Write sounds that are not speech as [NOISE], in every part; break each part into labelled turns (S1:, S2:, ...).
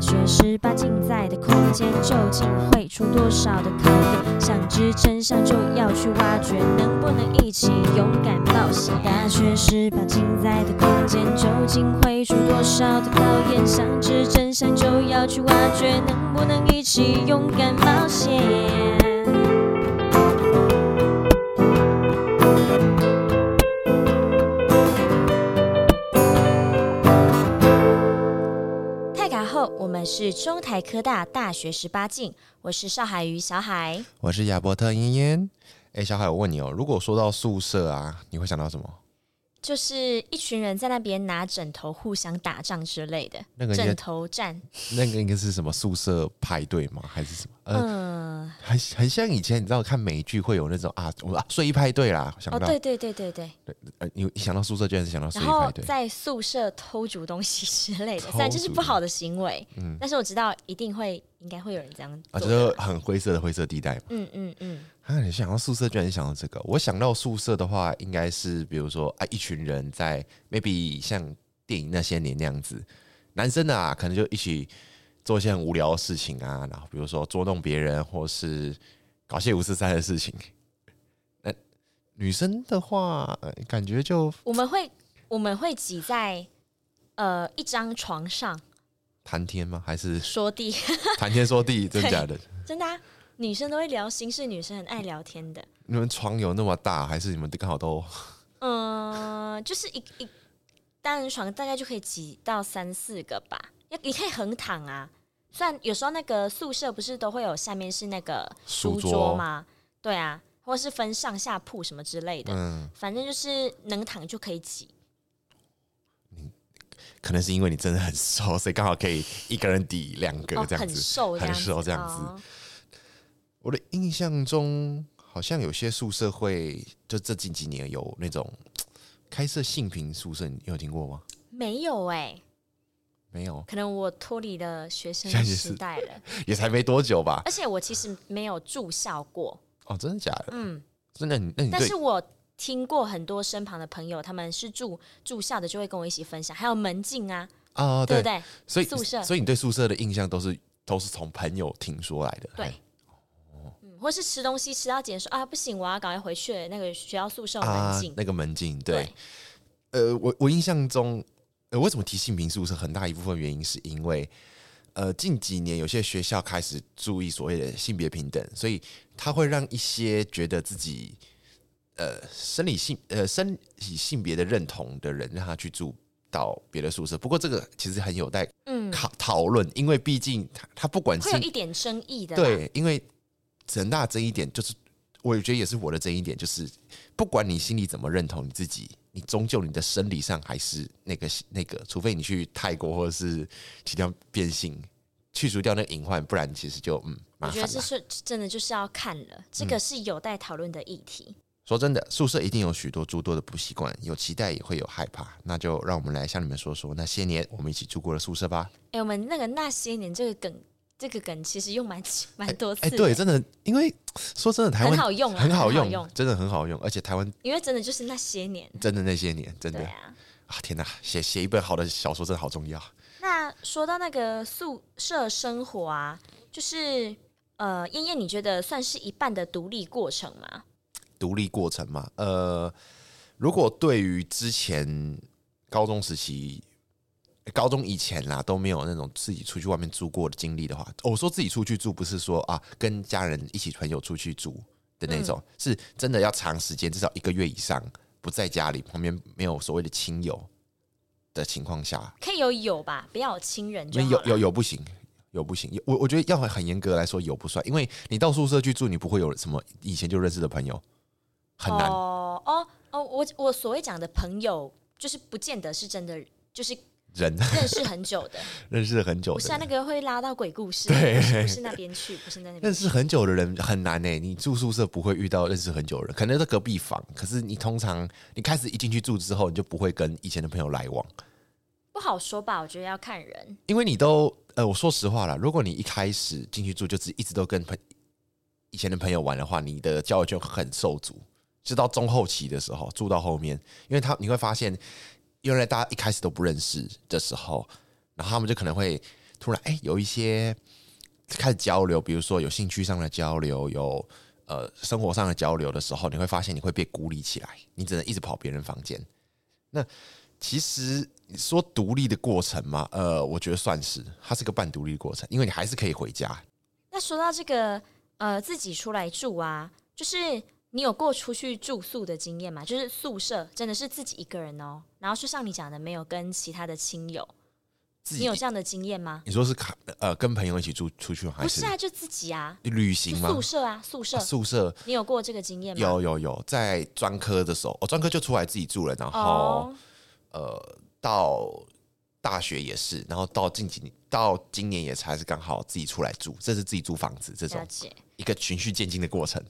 S1: 学十八禁在的空间，究竟会出多少的考点？想知真相就要去挖掘，能不能一起勇敢冒险？大学十八禁在的空间，究竟会出多少的考验？想知真相就要去挖掘，能不能一起勇敢冒险？泰卡后，我们是中台科大大学十八禁，我是邵海瑜小海。
S2: 我是亚伯特嫣嫣。哎、小海，我问你哦，如果说到宿舍啊，你会想到什么？
S1: 就是一群人在那边拿枕头互相打仗之类的，
S2: 那个应该
S1: 枕头战。
S2: 那个应该是什么宿舍派对吗？还是什么？呃，
S1: 嗯，
S2: 很很像以前你知道看美剧会有那种啊，我们啊睡衣派对啦，想
S1: 哦，
S2: 到、
S1: 对对对对对。
S2: 呃，你一想到宿舍，居然是想到睡
S1: 然
S2: 衣
S1: 后
S2: 派对。
S1: 在宿舍偷煮东西之类的，
S2: 偷
S1: 虽然这是
S2: 煮
S1: 不好的行为，
S2: 嗯
S1: 但是我知道一定会，应该会有人这样
S2: 啊，
S1: 做
S2: 就
S1: 的
S2: 是
S1: 啦。
S2: 很灰色的灰色地带嘛。
S1: 嗯嗯嗯，
S2: 啊，你想到宿舍，居然想到这个。我想到宿舍的话，应该是比如说啊，一群人在 maybe 像电影那些年那样子，男生啊，可能就一起做一些很无聊的事情啊，然后比如说捉弄别人，或是搞些五四三的事情。那女生的话，呃感觉就
S1: 我们会我们会挤在呃一张床上
S2: 谈天吗？还
S1: [LAUGHS]
S2: 是
S1: 说地，
S2: 谈天说地？真假的？
S1: 真的、啊，女生都会聊心事，女生很爱聊天的。
S2: 你们床有那么大，还是你们刚好都
S1: 嗯，就是一一单人床大概就可以挤到三四个吧，也你可以横躺啊。虽然有时候那个宿舍不是都会有下面是那个
S2: 书
S1: 书
S2: 桌
S1: 桌吗？对啊，或是分上下铺什么之类的，
S2: 嗯？
S1: 反正就是能躺就可以挤。
S2: 可能是因为你真的很瘦， [LAUGHS] 所以刚好可以一个人抵两个
S1: 哦，
S2: 这样
S1: 很
S2: 子。
S1: 瘦这
S2: 很
S1: 样子，
S2: 瘦这样子
S1: 哦
S2: 我的印象中，好像有些宿舍会，就这近几年有那种开设性平宿舍，你有听过吗？
S1: 没有哎、
S2: 没有，
S1: 可能我脱离了学生
S2: 现在也
S1: 时
S2: 是
S1: 代了，
S2: 也才没多久吧。
S1: 而且我其实没有住校过，
S2: 哦，真的假的？
S1: 嗯，
S2: 真的？你那你
S1: 但
S2: 对
S1: 是我听过很多身旁的朋友，他们是住住校的，就会跟我一起分享，还有门禁啊，
S2: 啊，
S1: 对不
S2: 对，
S1: 对？
S2: 所以
S1: 宿舍
S2: 所以你对宿舍的印象都是都是从朋友听说来的。
S1: 对。嗯，或是吃东西吃到几点说啊不行，我要赶快回去那个学校宿舍有门
S2: 啊
S1: 禁，。
S2: 那个门禁，对。呃，我我印象中，呃，为什么提性平宿舍？很大一部分原因是因为，呃，近几年有些学校开始注意所谓的性别平等，所以它会让一些觉得自己呃生理性呃生理性别的认同的人，让他去住到别的宿舍。不过这个其实很有待
S1: 嗯，
S2: 讨讨论，因为毕竟他他不管
S1: 会有
S2: 性
S1: 一点争议的啦。
S2: 对，因为人大争议点就是，我也觉得也是我的争议点，就是不管你心里怎么认同你自己，你终究你的生理上还是那个那个，除非你去泰国或者是去掉变性，去除掉那个隐患，不然其实就嗯
S1: 我
S2: 麻
S1: 觉
S2: 烦嗯
S1: 得这
S2: 了。
S1: 是真的就是要看了，这个是有待讨论的议题。
S2: 说真的，宿舍一定有许多诸多的不习惯，有期待也会有害怕，那就让我们来向你们说说那些年我们一起住过的宿舍吧。
S1: 哎、我们那个那些年这个梗，这个梗其实用蛮 [LAUGHS] 蛮多次的，
S2: 哎、对，真的，因为说真的，台湾
S1: 很好用啊
S2: 很好
S1: 很好
S2: 用，
S1: 用
S2: 真的很好用，而且台湾
S1: 因为真的就是那些年。
S2: 真的那些年，真的
S1: 对。啊，
S2: 啊，天哪，写写一本好的小说真的好重要。
S1: 那说到那个宿舍生活啊，就是呃，燕燕，你觉得算是一半的独立过程吗？
S2: 独立过程嘛，呃，如果对于之前高中时期、高中以前啦都没有那种自己出去外面住过的经历的话，哦我说自己出去住不是说啊跟家人一起朋友出去住的那种，是真的要长时间，至少一个月以上不在家里，旁边没有所谓的亲友的情况下，
S1: 可以有有吧，不要有亲人就好
S2: 有
S1: 了
S2: 有有不行，有不行。有我我觉得要很很严格来说，有不算，因为你到宿舍去住，你不会有什么以前就认识的朋友，很难。
S1: 哦哦哦，我我所谓讲的朋友，就是不见得是真的，就是
S2: 人 [LAUGHS]
S1: 认识很久的，
S2: 认识了很久
S1: 不是啊，
S2: 的
S1: 那
S2: 人，
S1: 个会拉到鬼故事，
S2: 对
S1: 不是不是那边去，不是
S2: [LAUGHS]
S1: 那边
S2: 认识很久的人很难呢、你住宿舍不会遇到认识很久的人，可能是隔壁房，可是你通常你开始一进去住之后，你就不会跟以前的朋友来往，
S1: 不好说吧，我觉得要看人，
S2: 因为你都呃，我说实话啦，如果你一开始进去住就只一直都跟朋以前的朋友玩的话，你的交友圈很受阻。就到中后期的时候，住到后面，因为他你会发现，原来大家一开始都不认识的时候，然后他们就可能会突然哎、有一些开始交流，比如说有兴趣上的交流，有呃生活上的交流的时候，你会发现你会被孤立起来，你只能一直跑别人房间。那其实你说独立的过程嘛，呃，我觉得算是它是个半独立的过程，因为你还是可以回家。
S1: 那说到这个呃，自己出来住啊，就是你有过出去住宿的经验吗？就是宿舍真的是自己一个人哦，然后就像你讲的，没有跟其他的亲友，
S2: 自
S1: 你
S2: 己
S1: 有这样的经验吗？
S2: 你说是卡呃跟朋友一起住出去吗还
S1: 不
S2: 是
S1: 是啊，就自己啊，
S2: 旅
S1: 就
S2: 行吗？
S1: 宿舍啊，宿舍
S2: 啊，宿舍
S1: 你有过这个经验吗？
S2: 有有有，在专科的时候，我、哦专科就出来自己住了，然后、
S1: 哦，
S2: 呃到大学也是，然后到近几年到今年也才是刚好自己出来住，这是自己租房子这
S1: 了
S2: 种
S1: 解。
S2: 一个循序渐进的过程。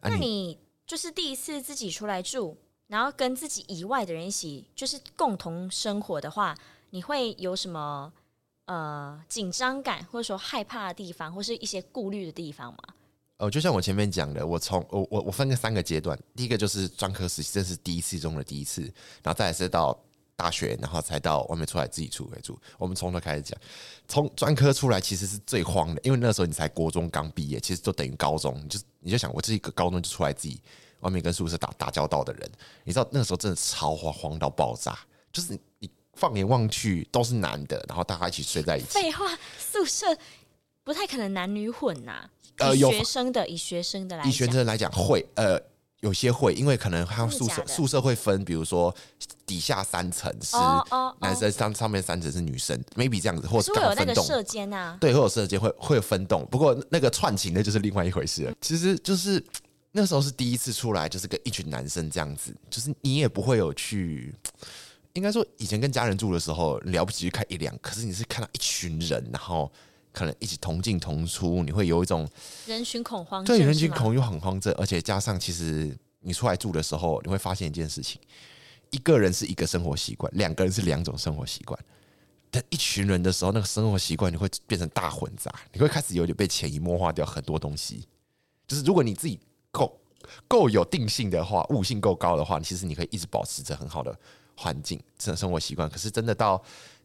S2: 啊
S1: 那
S2: 你，
S1: 你就是第一次自己出来住，然后跟自己以外的人一起就是共同生活的话，你会有什么呃紧张感，或者说害怕的地方，或是一些顾虑的地方吗？
S2: [LAUGHS] 呃，就像我前面讲的，我从我我我分个三个阶段，第一个就是专科实习，这是第一次中的第一次，然后再来是到大学，然后才到外面出来自己出来住。我们从头开始讲，从专科出来其实是最慌的，因为那时候你才国中刚毕业，其实就等于高中，你就你就想我这一个高中就出来自己外面跟宿舍打打交道的人，你知道那时候真的超慌慌到爆炸，就是你你放眼望去都是男的，然后大家一起睡在一起，
S1: 废话，宿舍不太可能男女混呐、
S2: 呃
S1: 以
S2: 有
S1: 学生的以学生的来
S2: 以学
S1: 讲，
S2: 生来讲会，呃，有些会，因为可能他们
S1: 真的
S2: 宿
S1: 假
S2: 舍
S1: 的
S2: 宿舍会分，比如说底下三层是
S1: 哦哦
S2: 男生，上上面三层是女生，maybe 这样子，或
S1: 是
S2: 是
S1: 会
S2: 刚
S1: 有
S2: 好
S1: 那
S2: 分
S1: 个
S2: 栋。
S1: 射箭啊，
S2: 对，会有射箭，会会有分栋。不过那个串情的就是另外一回事了。其实就是那时候是第一次出来，就是跟一群男生这样子，就是你也不会有去，应该说以前跟家人住的时候，了不起去看一两，可是你是看到一群人，然后可能一起同进同出，你会有一种
S1: 人群恐慌症
S2: 对
S1: 是吗，
S2: 人群恐又很慌症，而且加上其实你出来住的时候，你会发现一件事情：一个人是一个生活习惯，两个人是两种生活习惯。但一群人的时候，那个生活习惯你会变成大混杂，你会开始有点被潜移默化掉很多东西。就是如果你自己够够有定性的话，悟性够高的话，其实你可以一直保持着很好的环境、生生活习惯。可是真的到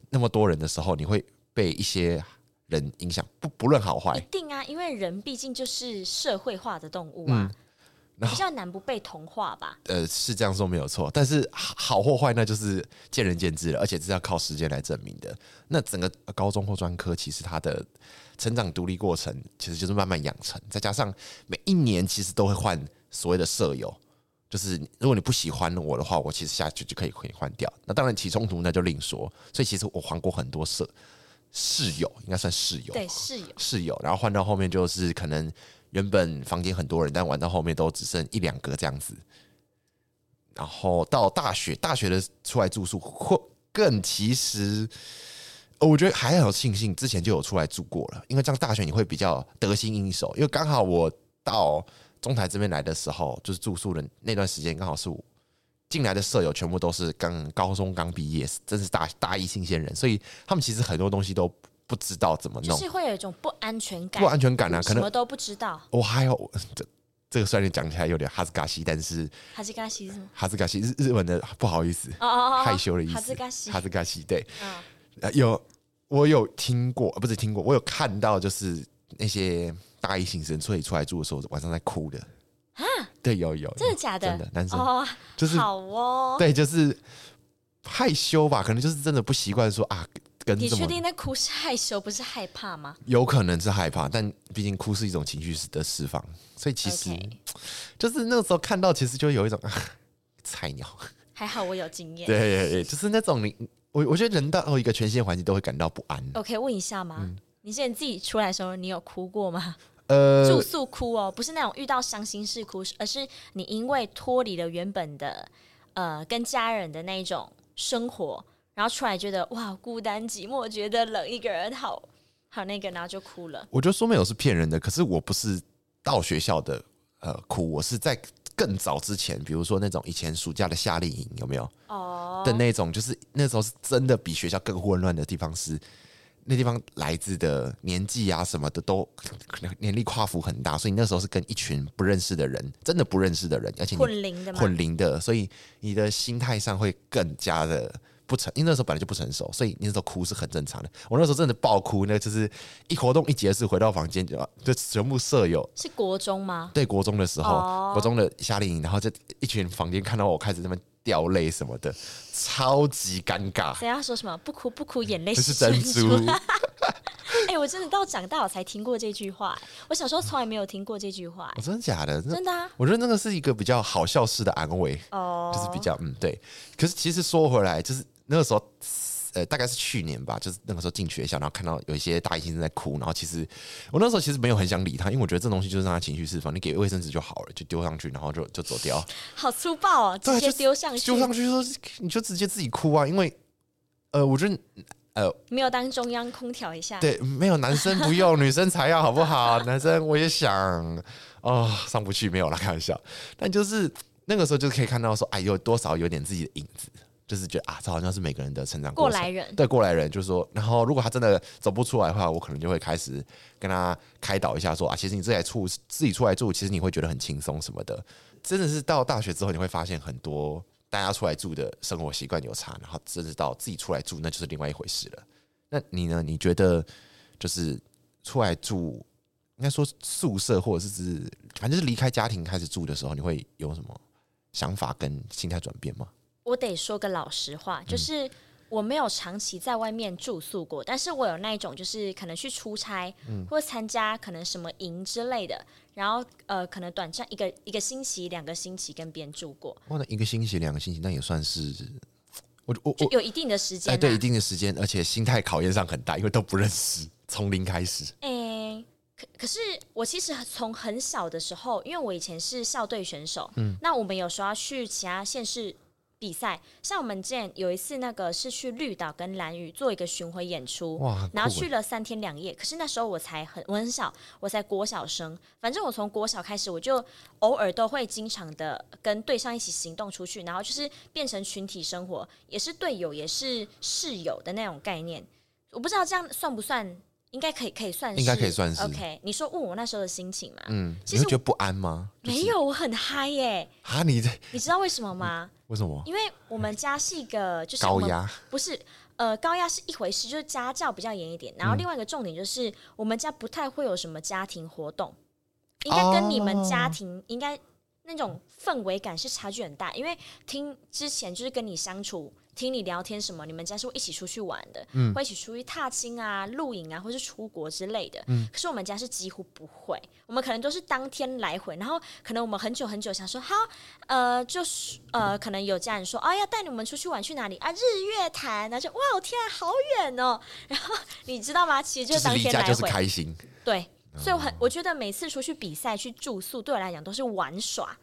S2: 那么多人的时候，你会被一些人影响，不不论好坏
S1: 一。定啊，因为人毕竟就是社会化的动物啊，
S2: 嗯然后
S1: 比较难不被同化吧。
S2: 呃，是这样说没有错，但是好好或坏，那就是见仁见智了，而且这是要靠时间来证明的。那整个呃高中或专科，其实它的成长独立过程，其实就是慢慢养成，再加上每一年其实都会换所谓的舍友，就是如果你不喜欢我的话，我其实下去就可以可以换掉。那当然起冲突那就另说，所以其实我换过很多舍室友，应该算室友，
S1: 对，室友
S2: 室友，然后换到后面就是可能原本房间很多人，但玩到后面都只剩一两个这样子。然后到大学，大学的出来住宿或更其实，呃我觉得还好庆幸之前就有出来住过了，因为这样大学你会比较得心应手。因为刚好我到中台这边来的时候，就是住宿的那段时间，刚好是我进来的舍友全部都是刚高中刚毕业，真是大大一新鲜人，所以他们其实很多东西都不知道怎么
S1: 就
S2: 弄。
S1: 是会有一种不安全感
S2: 不，安全感啊，可
S1: 什
S2: 能
S1: 么都不知道。
S2: 我还有 [LAUGHS] 这这个虽然讲起来有点哈斯嘎西，但是
S1: 哈吉嘎西是吗？
S2: 哈斯嘎西日日文的不好意思，
S1: 哦哦哦，哦
S2: 害羞的意思，
S1: 哈兹嘎西
S2: 哈斯嘎西对，
S1: 嗯
S2: 呃有我有听过，呃不是听过，我有看到就是那些大一新生，所以出来住的时候晚上在哭的啊，对，有有，
S1: 真的假的？
S2: 真的男生
S1: 哦，
S2: 就是
S1: 好哦。
S2: 对，就是害羞吧，可能就是真的不习惯说啊，跟
S1: 你
S2: 这
S1: 确
S2: 么
S1: 定那哭是害羞，不是害怕吗
S2: 有可能是害怕，但毕竟哭是一种情绪的释放，所以其实。
S1: ？OK，
S2: 就是那时候看到，其实就有一种、啊、菜
S1: [LAUGHS]
S2: 鸟，
S1: 还好我有经验。
S2: 对对对，就是那种你我我觉得人到一个全新的环境都会感到不安。
S1: OK，问一下吗？
S2: 嗯
S1: 你之前自己出来的时候，你有哭过吗？
S2: 呃
S1: 住，宿哭哦，不是那种遇到伤心事哭，而是你因为脱离了原本的呃跟家人的那一种生活，然后出来觉得哇孤单寂寞，觉得冷，一个人好好那个，然后就哭了。
S2: 我觉得说没有是骗人的，可是我不是到学校的呃哭，我是在更早之前，比如说那种以前暑假的夏令营有没有
S1: 哦，
S2: 的那种，就是那时候是真的比学校更混乱的地方是。那地方来自的年纪啊什么的都可能年龄跨幅很大，所以你那时候是跟一群不认识的人，真的嗯不认识的人，而且你
S1: 混龄的嘛，
S2: 混龄的，所以你的心态上会更加的不成，因为那时候本来就不成熟，所以你那时候哭是很正常的。我那时候真的爆哭，那个就是一活动一结束回到房间就就全部舍友 [LAUGHS]
S1: 是国中吗？
S2: 对国中的时候，
S1: 哦
S2: 国中的夏令营，然后就一群房间看到我开始在那边掉泪什么的，超级尴尬，
S1: 谁要说什么不哭不哭，眼泪
S2: 这是
S1: 珍
S2: 珍珠。
S1: 哎、我真的到长大我才听过这句话、哎我小时候从来没有听过这句话、
S2: 哦
S1: 哎
S2: 真的假的？那
S1: 真的啊。
S2: 我觉得那个是一个比较好笑式的安慰，
S1: 哦，
S2: 就是比较嗯对。可是其实说回来，就是那个时候，呃，大概是去年吧，就是那个时候进学校，然后看到有一些大一新生在哭，然后其实我那时候其实没有很想理他，因为我觉得这东西就是让他情绪释放，你给卫生纸就好了，就丢上去，然后就就走掉。
S1: 好粗暴哦，直
S2: 对啊
S1: 接
S2: 就
S1: 丢上去
S2: 丢，上去说你就直接自己哭啊，因为呃，我觉得
S1: 没有当中央空调一下。
S2: 对没有男生不用，女生才要好不好？男生我也想哦，上不去没有啦，开玩笑。但就是那个时候就可以看到说，哎，有多少有点自己的影子，就是觉得啊，这好像是每个人的成长
S1: 过
S2: 程
S1: 来人
S2: 对过来人就是说，然后如果他真的走不出来的话，我可能就会开始跟他开导一下说啊，其实你自己来住，自己出来住，其实你会觉得很轻松什么的。真的是到大学之后，你会发现很多大家出来住的生活习惯有差，然后真的到自己出来住，那就是另外一回事了。那你呢？你觉得就是出来住，应该说宿舍或者是指，反正就是离开家庭开始住的时候，你会有什么想法跟心态转变吗？
S1: 我得说个老实话，
S2: 嗯
S1: 就是我没有长期在外面住宿过，但是我有那一种就是可能去出差、
S2: 嗯
S1: 或参加可能什么营之类的，然后呃，可能短暂一个一个星期、两个星期跟别人住过，
S2: 哇，那一个星期、两个星期，那也算是我我
S1: 就
S2: 我
S1: 有一定的时间、
S2: 哎，
S1: 啊。
S2: 对一定的时间，而且心态考验上很大，因为都不认识，从零开始。
S1: 诶、可可是我其实从很小的时候，因为我以前是校队选手，
S2: 嗯
S1: 那我们有时候要去其他县市比赛，像我们之前有一次那个是去绿岛跟兰屿做一个巡回演出，
S2: 哇很
S1: 然后
S2: 酷
S1: 去
S2: 欸
S1: 了三天两夜。可是那时候我才很我很小，我才国小生，反正我从国小开始，我就偶尔都会经常的跟队上一起行动出去，然后就是变成群体生活，也是队友也是室友的那种概念。我不知道这样算不算，应该可以，可以算是，
S2: 应该可以算是
S1: OK，你说问我那时候的心情嘛？
S2: 嗯，
S1: 其
S2: 你
S1: 实
S2: 会觉得不安吗？就是
S1: 没有，我很嗨耶、
S2: 啊，你在
S1: 你知道为什么吗？
S2: 为什么
S1: 因为我们家是一个就是我
S2: 高
S1: 们
S2: 压？
S1: 不是，呃，高压是一回事，就是家教比较严一点。然后另外一个重点就是，我们家不太会有什么家庭活动，应该跟你们家庭应该那种氛围感是差距很大。因为听之前就是跟你相处、听你聊天什么，你们家是会一起出去玩的，会一起出去踏青啊、露营啊，或是出国之类的。可是我们家是几乎不会，我们可能都是当天来回，然后可能我们很久很久想说好，呃，就是呃，可能有家人说，哎、呀，带你们出去玩去哪里啊？日月潭，然后就哇，我天啊，好远哦。 [LAUGHS] 然后你知道吗？其实
S2: 就是
S1: 当
S2: 离
S1: 天
S2: 家
S1: 来
S2: 就是
S1: 回，
S2: 开嗯心，
S1: 对。所以我很，我觉得每次出去比赛去住宿，对我来讲都是玩耍，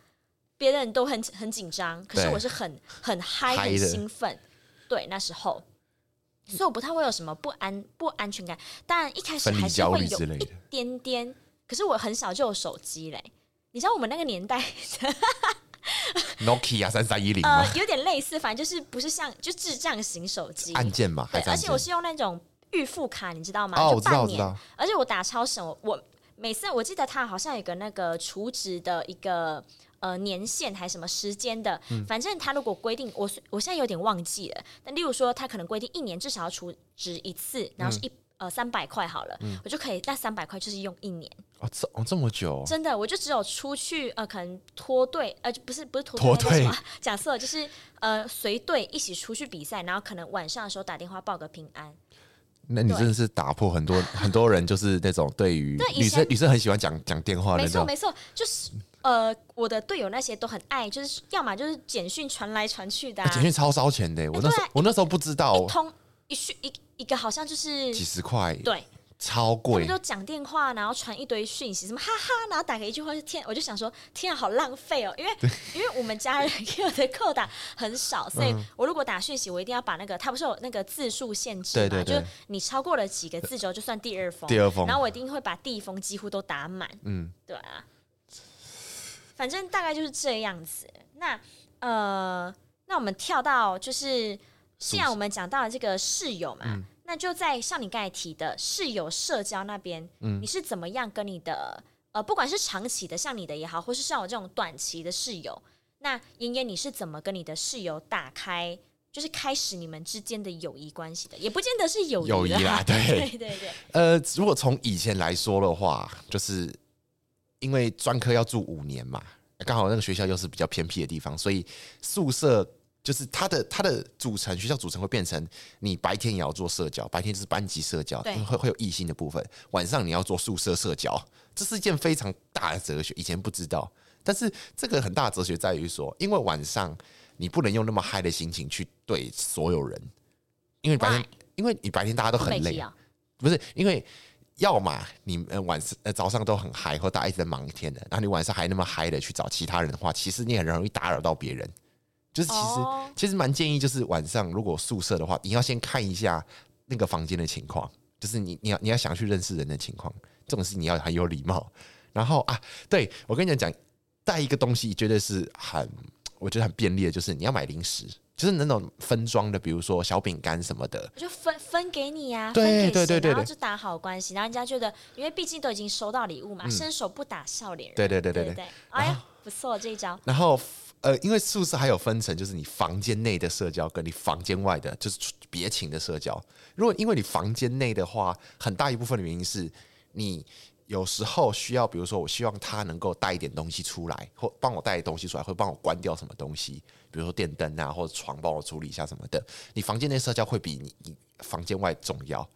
S1: 别人都很很紧张，可是
S2: 对
S1: 我是很很嗨、
S2: 嗨
S1: 很
S2: 的
S1: 兴奋。对，那时候，所以我不太会有什么不安、不安全感。当然一开始
S2: 分
S1: 还
S2: 离
S1: 是
S2: 焦
S1: 会
S2: 虑
S1: 有
S2: 之类
S1: 一
S2: 的。
S1: 点点，可是我很小就有手机嘞。你知道我们那个年代
S2: Nokia 三三一零
S1: 呃
S2: 吗？，
S1: 有点类似，反正就是不是像就智障型手机，
S2: 按键嘛，
S1: 对
S2: 还，是
S1: 而
S2: 按
S1: 且我
S2: 键？
S1: 是用那种预付卡，你知道吗？
S2: 哦，
S1: 就
S2: 我知道，
S1: 半
S2: 我知
S1: 年，
S2: 道，
S1: 而且我打超省，我我每次我记得它好像有一个那个储值的一个。呃，年限还是什么时间的，
S2: 嗯
S1: 反正它如果规定，我我现在有点忘记了。但例如说，它可能规定一年至少要储值一次，然后是一、
S2: 嗯
S1: 呃三百块好了，我就可以那三百块就是用一年。
S2: 哦，这哦这么久，
S1: 真的，我就只有出去呃，可能脱队，呃，就不是不是脱那
S2: 脱
S1: 叫什
S2: 队
S1: 么啊讲错了，就是呃随队一起出去比赛，然后可能晚上的时候打电话报个平安。
S2: 那你
S1: 对
S2: 真的是打破很多很多人就是那种对于
S1: [LAUGHS] 对以
S2: 女生
S1: 前
S2: 女生很喜欢讲讲电话的
S1: 没
S2: 那
S1: 错
S2: 种，
S1: 没错，就是呃我的队友那些都很爱，就是要么就是简讯传来传去的、
S2: 哎
S1: 啊，
S2: 简讯超烧钱的。我那时
S1: 对
S2: 候
S1: 啊
S2: 我那时候不知道
S1: 一通一讯一一个好像就是
S2: 几十块，
S1: 对，
S2: 超
S1: 他们
S2: 贵
S1: 就。讲电话，然后传一堆讯息，什么哈哈，然后打个一句话就天，我就想说天啊，好浪费哦，因为因为我们家人给我的扣打很少，所
S2: 嗯
S1: 以我如果打讯息，我一定要把那个它不是有那个字数限制嘛，
S2: 对对对
S1: 就是你超过了几个字之后就算第二封，
S2: 第二封
S1: 然后我一定会把第一封几乎都打满，嗯，对啊，反正大概就是这样子。那呃，那我们跳到就是既然我们讲到了这个室友嘛，
S2: 嗯
S1: 那就在像你刚才提的室友社交那边，
S2: 嗯
S1: 你是怎么样跟你的呃，不管是长期的像你的也好，或是像我这种短期的室友，那妍妍你是怎么跟你的室友打开就是开始你们之间的友谊关系的，也不见得是友
S2: 友
S1: 谊
S2: 谊
S1: 啦 [LAUGHS]
S2: 啦对
S1: 对对对，
S2: 呃，如果从以前来说的话，就是因为专科要住五年嘛，刚好那个学校又是比较偏僻的地方，所以宿舍就是它的它的组成，学校组成会变成你白天也要做社交，白天就是班级社交，
S1: 对
S2: 会会有异性的部分，晚上你要做宿舍社交，这是一件非常大的哲学，以前不知道，但是这个很大的哲学在于说，因为晚上你不能用那么嗨的心情去对所有人，因为白天
S1: Why？
S2: 因为你白天大家都很
S1: 美
S2: 累
S1: 琪。啊，
S2: 不是因为要么你呃晚上呃早上都很嗨，或大家一直在忙一天的，然后你晚上还那么嗨的去找其他人的话，其实你很容易打扰到别人。就是其实、
S1: 哦
S2: 其实蛮建议，就是晚上如果宿舍的话，你要先看一下那个房间的情况，就是你你要你要想去认识人的情况，这种事你要很有礼貌。然后啊，对我跟你讲，带一个东西绝对是很我觉得很便利的，就是你要买零食，就是那种分装的，比如说小饼干什么的，
S1: 我就分分给你呀、啊，
S2: 对
S1: 分给谁
S2: 对对对
S1: 然后
S2: 对
S1: 就打好关系，然后人家觉得，因为毕竟都已经收到礼物嘛，伸手不打笑脸人，
S2: 嗯对对对对
S1: 对
S2: 对
S1: 对，哎呀，不错这一招，
S2: 然后呃，因为宿舍还有分成，就是你房间内的社交跟你房间外的，就是出别寝的社交。如果因为你房间内的话，很大一部分的原因是你。有时候需要，比如说，我希望他能够带一点东西出来，或帮我带东西出来，或帮我关掉什么东西，比如说电灯啊，或者床帮我处理一下什么的。你房间内社交会比你你房间外重要，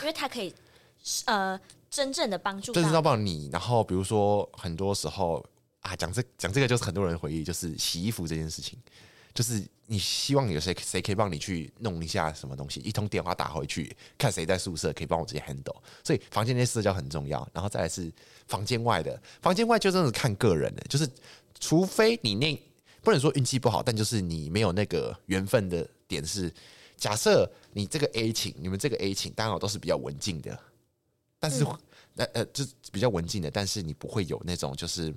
S1: 因为他可以呃真正的帮助
S2: 这是要
S1: 到，
S2: 帮你。然后比如说，很多时候啊，讲这讲这个就是很多人回忆，就是洗衣服这件事情，就是你希望有谁谁可以帮你去弄一下什么东西，一通电话打回去，看谁在宿舍可以帮我直接 handle。所以房间内社交很重要，然后再来是房间外的，房间外就真的是看个人的，就是除非你那不能说运气不好，但就是你没有那个缘分的点是。假设你这个 A 寝，你们这个 A 寝，当然都是比较文静的，但是那呃，就是比较文静的，但是你不会有那种就是，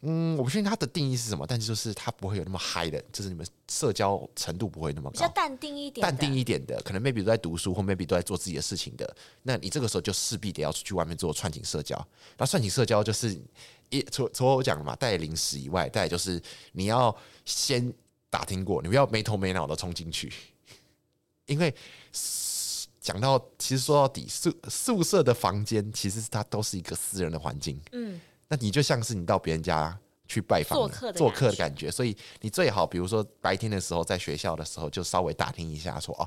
S2: 嗯，我不确定它的定义是什么，但是就是它不会有那么嗨的，就是你们社交程度不会那么
S1: 比较
S2: 高，
S1: 淡定一点，
S2: 淡定。一点的，可能 maybe 都在读书或 maybe 都在做自己的事情的，那你这个时候就势必得要出去外面做串情社交。那串情社交就是一除除了我讲的嘛，带零食以外，带就是你要先打听过，你不要没头没脑的冲进去，因为讲到，其实说到底，宿宿舍的房间其实它都是一个私人的环境。
S1: 嗯，
S2: 那你就像是你到别人家去拜访
S1: 做客的
S2: 做
S1: 感
S2: 客的
S1: 觉
S2: 感觉，所以你最好，比如说白天的时候在学校的时候，就稍微打听一下说，哦，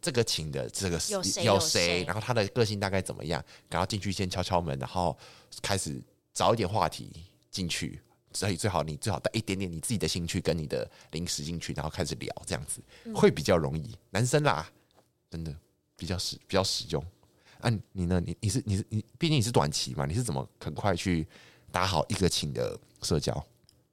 S2: 这个请的这个是
S1: 有谁
S2: 有
S1: 有
S2: 谁
S1: 谁，
S2: 然后他的个性大概怎么样，然后进去先敲敲门，然后开始找一点话题进去。所以最好你最好带一点点你自己的兴趣跟你的零食进去，然后开始聊，这样子会比较容易。男生啦，真的比较实比较实用。啊，你你呢？你你是你是你，毕竟你是短期嘛，你是怎么很快去打好一个情的社交？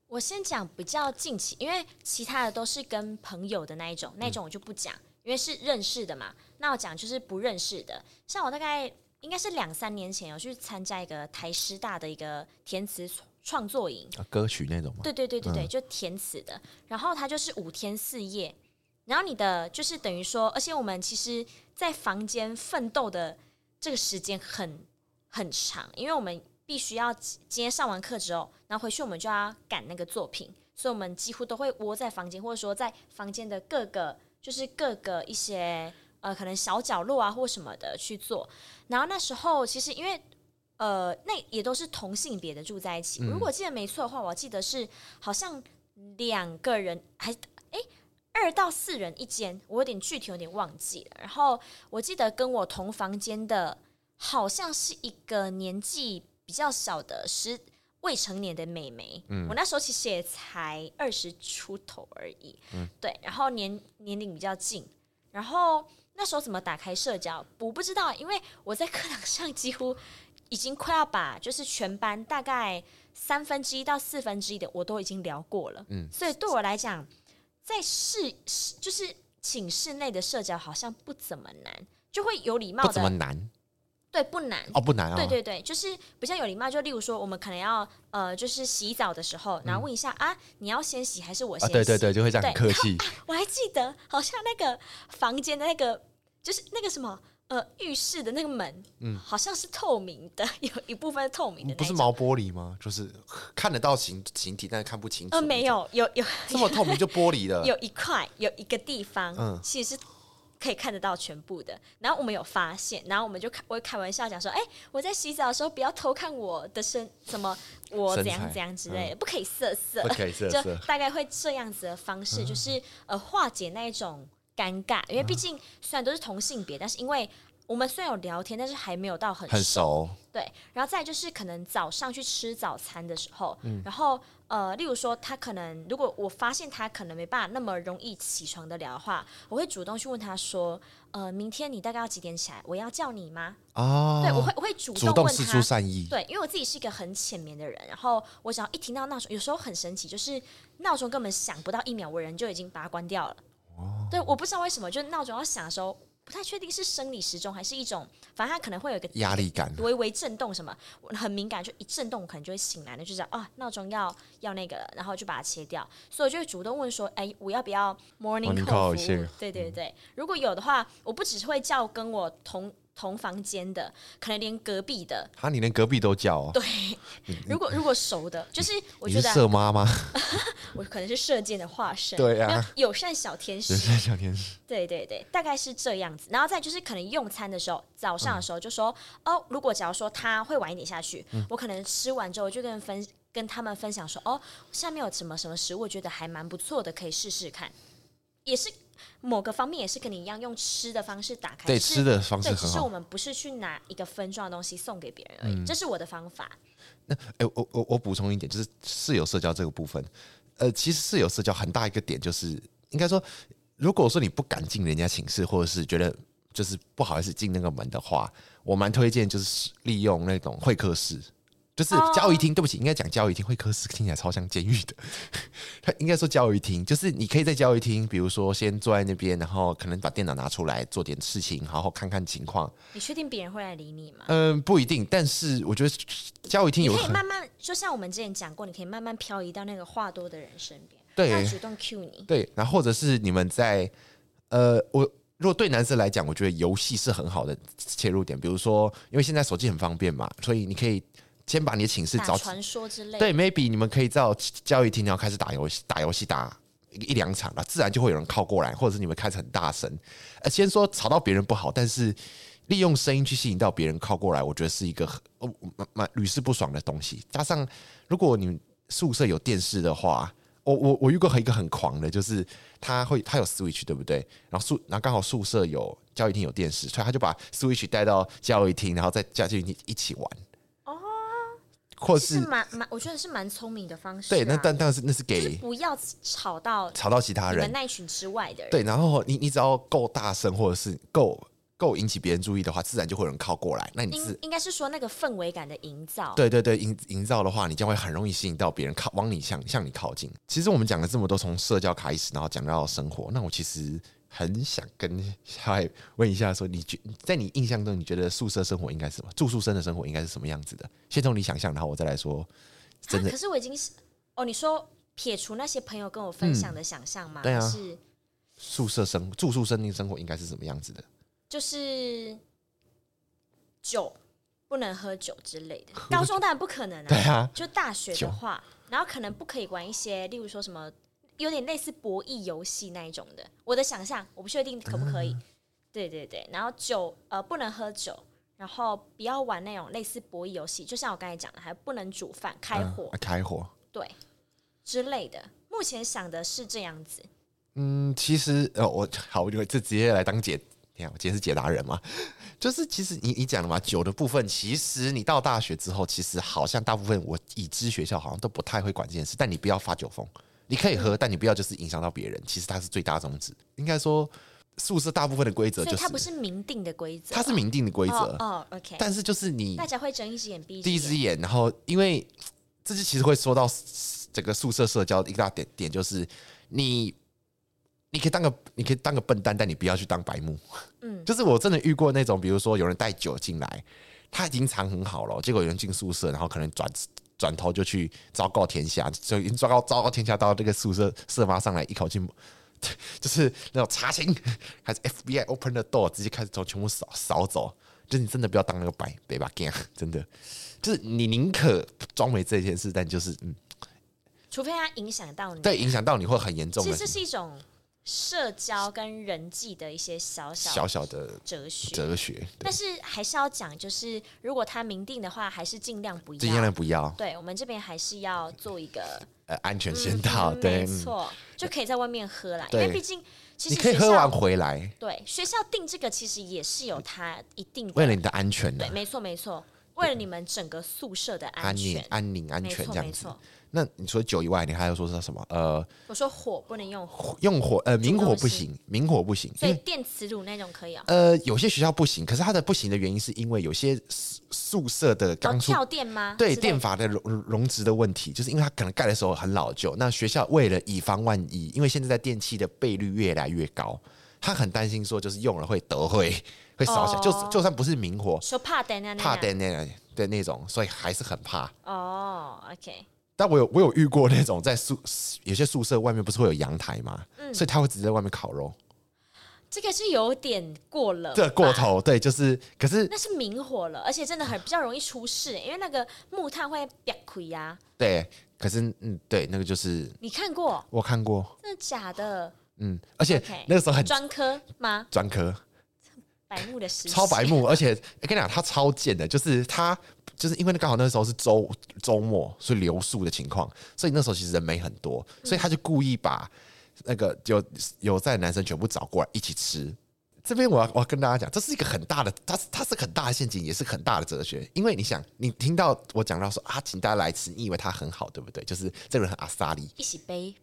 S1: 我先讲比较近期，因为其他的都是跟朋友的那一种，那一
S2: 嗯
S1: 种我就不讲，因为是认识的嘛。那我讲就是不认识的，像我大概应该是两三年前有去参加一个台师大的一个填词创作营，
S2: 啊、歌曲那种吗？
S1: 对对对对对，就填词的。然后它就是五天四夜，然后你的就是等于说，而且我们其实，在房间奋斗的这个时间很很长，因为我们必须要今天上完课之后，然后回去我们就要赶那个作品，所以我们几乎都会窝在房间，或者说在房间的各个就是各个一些呃可能小角落啊或什么的去做。然后那时候其实因为呃，那也都是同性别的住在一起。如果记得没错的话，我记得是好像两个人还诶二到四人一间，我有点具体有点忘记了。然后我记得跟我同房间的好像是一个年纪比较小的十未成年的妹妹，
S2: 嗯
S1: 我那时候其实也才二十出头而已，
S2: 嗯
S1: 对，然后年年龄比较近，然后那时候怎么打开社交，我不知道，因为我在课堂上几乎已经快要把就是全班大概三分之一到四分之一的我都已经聊过了，嗯，所以对我来讲，在室室就是寝室内的社交好像不怎么难，就会有礼貌
S2: 不怎么
S1: 的，
S2: 难
S1: 对，不难
S2: 哦，不难啊、
S1: 对对对，就是比较有礼貌。就例如说，我们可能要呃，就是洗澡的时候，然后问一下、啊，你要先洗还是我
S2: 嗯
S1: 先
S2: 啊，
S1: 洗？
S2: 对对对，就会这样
S1: 对
S2: 很客气。
S1: 我还记得，好像那个房间的那个就是那个什么呃浴室的那个门，好像是透明的， [LAUGHS] 有一部分是透明的
S2: 嗯不
S1: 那
S2: 是
S1: 一种。
S2: 毛玻璃吗？就是看得到形形体，但是看不清楚。
S1: 呃，没，有，有
S2: [LAUGHS]
S1: 有
S2: 这么透明就玻璃了。
S1: [LAUGHS] 有一块有一个地方，
S2: 嗯
S1: 其实是可以看得到全部的。然后我们有发现，然后我们就开我会开玩笑讲说，哎、我在洗澡的时候不要偷看我的身，什么我
S2: 身
S1: 怎样
S2: 材嗯
S1: 怎样之类的，不可以色色，
S2: 不可以色
S1: [LAUGHS]
S2: 嗯
S1: 就
S2: 色
S1: 大概会这样子的方式，就是呃化解那一种尴尬，因为毕竟虽然都是同性别，但是因为。我们虽然有聊天，但是还没有到很
S2: 很
S1: 熟
S2: 熟，
S1: 对，然后再就是可能早上去吃早餐的时候，
S2: 嗯
S1: 然后呃，例如说他可能如果我发现他可能没办法那么容易起床的聊的话，我会主动去问他说，呃，明天你大概要几点起来？我要叫你吗？
S2: 哦，
S1: 对，我会我会主
S2: 主
S1: 动
S2: 动
S1: 问
S2: 示
S1: 他
S2: 出。善意，
S1: 对，因为我自己是一个很浅眠的人，然后我只要一听到闹钟，有时候很神奇，就是闹钟根本响不到一秒，我人就已经把它关掉了。
S2: 哦
S1: 对，我不知道为什么，就是闹钟要响的时候，不太确定是生理时钟还是一种，反正它可能会有一个
S2: 压力感
S1: 微微震动什么，我很敏感，就一震动我可能就会醒来，那就知道啊闹钟要要那个了，然后就把它切掉。所以我就会主动问说，哎、我要不要 morning
S2: Morning 嗯
S1: call
S2: call 一
S1: 服务
S2: 下？
S1: 对对对，如果有的话，我不只是会叫跟我同同房间的，可能连隔壁的。
S2: 哈，啊你连隔壁都叫哦，
S1: 对，如果如果熟的，就是我
S2: 你
S1: 觉
S2: 是
S1: 得
S2: 色
S1: [LAUGHS]
S2: 妈吗？
S1: 我可能是射箭的化身，
S2: 对啊
S1: 没有友善小天使
S2: 人，生小天使，
S1: 对对对，大概是这样子。然后再就是可能用餐的时候，早
S2: 嗯
S1: 上的时候就说、哦，如果假如说他会晚一点下去，
S2: 嗯
S1: 我可能吃完之后就跟人分跟他们分享说哦，下面有什么什么食物，我觉得还蛮不错的，可以试试看。也是某个方面也是跟你一样用吃的方式打开，
S2: [LAUGHS] 对，
S1: 只是
S2: 吃的方式
S1: 对，只
S2: 很
S1: 是
S2: 好嗯
S1: 我。们不是去拿一个分装的东西送给别人而已，这是我的方法。
S2: 哎、我我我补充一点，就是室友社交这个部分，呃，其实室友社交很大一个点就是，应该说，如果说你不敢进人家寝室，或者是觉得就是不好意思进那个门的话，我蛮推荐就是利用那种会客室。就是
S1: 哦
S2: 交易厅，对不起，应该讲交易厅，会客室听起来超像监狱的。 [LAUGHS] 他应该说教育厅，就是你可以在教育厅，比如说先坐在那边，然后可能把电脑拿出来做点事情，然后看看情况。
S1: 你确定别人会来理你吗？
S2: 嗯，不一定，但是我觉得教育厅
S1: 你
S2: 有
S1: 可以
S2: 很
S1: 慢慢，就像我们之前讲过，你可以慢慢漂移到那个话多的人身边，
S2: 对
S1: 他主动 cue 你。
S2: 对，然后或者是你们在呃，我如果对男生来讲，我觉得游戏是很好的切入点。比如说，因为现在手机很方便嘛，所以你可以先把你的寝室
S1: 打
S2: 找
S1: 传说之类的。
S2: 对，maybe 你们可以到教育厅，然后开始打游戏，打游戏打一一两场了，自然就会有人靠过来，或者是你们开始很大声。呃，先说吵到别人不好，但是利用声音去吸引到别人靠过来，我觉得是一个很呃蛮蛮屡试不爽的东西。加上如果你们宿舍有电视的话。我我我遇过一个很狂的，就是他会他有 Switch 对不对？然后宿然后刚好宿舍有教育厅有电视，所以他就把 Switch 带到教育厅，然后在教育厅一起玩。哦，或
S1: 其实
S2: 是
S1: 蛮蛮，我觉得是蛮聪明的方式、啊。
S2: 对，那但但是那是
S1: 就是
S2: 给
S1: 不要吵到
S2: 吵到其他
S1: 你
S2: 人
S1: 们，那一群之外的人。
S2: 对，然后你你只要够大声或者是够够引起别人注意的话，自然就会有人靠过来。那你
S1: 应
S2: 是
S1: 应该是说那个氛围感的营造。啊
S2: 对对对营营造的话，你将会很容易吸引到别人靠往你向向你靠近。其实我们讲了这么多，从社交开始，然后讲到生活，那我其实很想跟小海问一下说你觉在你印象中，你觉得宿舍生活应该是什么？住宿生的生活应该是什么样子的？先从你想象，然后我再来说。
S1: 啊，
S2: 真的
S1: 可是我已经是哦，你说撇除那些朋友跟我分享的想象吗？
S2: 嗯对啊
S1: 还是
S2: 宿舍生住宿生的生活应该是什么样子的？
S1: 就是酒不能喝酒之类的。高中当然不可能啊。
S2: 对啊，
S1: 就大学
S2: 酒
S1: 的话，然后可能不可以玩一些，例如说什么，有点类似博弈游戏那一种的。我的想象，我不确定可不可以。
S2: 嗯
S1: 对对对，然后酒呃不能喝酒，然后不要玩那种类似博弈游戏，就像我刚才讲的，还不能煮饭、开
S2: 嗯
S1: 火、
S2: 开火，
S1: 对之类的。目前想的是这样子，
S2: 嗯，其实呃，我好，我就这直接来当解，你看我今天是解答人嘛，就是其实你你讲了嘛，酒的部分，其实你到大学之后，其实好像大部分我已知学校好像都不太会管这件事，但你不要发酒疯，你可以喝，
S1: 嗯
S2: 但你不要就是影响到别人，其实它是最大宗旨。应该说宿舍大部分的规则
S1: 所
S2: 就
S1: 以
S2: 是，
S1: 它不是明定的规则啊，
S2: 它是明定的规则，
S1: 哦哦，OK，
S2: 但是就是你
S1: 大家会睁一只眼闭
S2: 第一只
S1: 眼。
S2: 眼，然后因为这就其实会说到整个宿舍社交一个大点点，就是你你可以当个你可以当个笨蛋，但你不要去当白目。
S1: 嗯
S2: 就是我真的遇过那种，比如说有人带酒进来，他已经藏很好了，结果有人进宿舍，然后可能转。转头就去昭告天下，就已经昭告昭告天下到这个宿舍舍妈上来一口气就是那种查寝，还是 FBI open the door，直接开始从全部扫扫走。就是你真的不要当那个白白吧 g 真的，就是你宁可装没这件事，但就是嗯，
S1: 除非它影响到你。
S2: 对，影响到你会很严重
S1: 其
S2: 的
S1: 实这是一种社交跟人际的一些小
S2: 小
S1: 小
S2: 小的
S1: 哲学。
S2: 哲学，对
S1: 但是还是要讲，就是如果他明定的话，还是尽量不要。
S2: 尽量不要
S1: 对啊我们这边还是要做一个
S2: 呃安全先到，
S1: 嗯
S2: 对，
S1: 没
S2: 嗯
S1: 错，就可以在外面喝啦。因
S2: 对
S1: 为毕竟其
S2: 你
S1: 实
S2: 可以
S1: 学
S2: 喝完
S1: 校
S2: 回来，
S1: 对学校定这个其实也是有它一定
S2: 为
S1: 的，
S2: 了你的安全呢
S1: 对，，没错没错，为了你们整个宿舍的
S2: 安
S1: 安
S2: 宁
S1: 全，
S2: 安宁安
S1: 没错
S2: 全这
S1: 没
S2: 样子。
S1: 错。
S2: 那你除了酒以外，你还要说是什么？呃，
S1: 我说火不能用火，
S2: 用火呃明火
S1: 东
S2: 不
S1: 西
S2: 行，明火不行，
S1: 所
S2: 因
S1: 以
S2: 为
S1: 电磁炉那种可以啊。
S2: 呃有些学校不行，可是它的不行的原因是因为有些宿宿舍的
S1: 哦，
S2: 钢筋
S1: 跳电吗？
S2: 对
S1: 之类
S2: 电
S1: 的
S2: 阀的容容值的问题，就是因为它可能盖的时候很老旧，那学校为了以防万一，因为现在在电器的倍率越来越高，他很担心说就是用了会得会会烧起来，就
S1: 哦
S2: 就算不是明火，
S1: 说怕电啊，那
S2: 怕
S1: 样
S2: 电那样的那种，所以还是很怕。
S1: 哦，OK，
S2: 但我有我有遇过那种在宿有些宿舍外面不是会有阳台嘛，
S1: 嗯
S2: 所以他会直接在外面烤肉，
S1: 这个是有点过了，
S2: 这过，头对，就是可是
S1: 那是明火了，而且真的很比较容易出事，因为那个木炭会瘪溃呀。
S2: 对，可是嗯对，那个就是
S1: 你看过？
S2: 我看过，
S1: 真的假的？
S2: 嗯，而且
S1: OK
S2: 那个时候很
S1: 专科吗？
S2: 专科，
S1: 白木的实习
S2: 超白目，而且、欸跟你讲，他超贱的，就是他就是因为刚好那时候是周周末，所以留宿的情况，所以那时候其实人没很多，
S1: 嗯
S2: 所以他就故意把那个有有在的男生全部找过来一起吃。这边我要我要跟大家讲，这是一个很大的，它是它是很大的陷阱，也是很大的哲学。因为你想，你听到我讲到说啊，请大家来吃，你以为他很好，对不对？就是这个人很阿萨利，
S1: 一起背，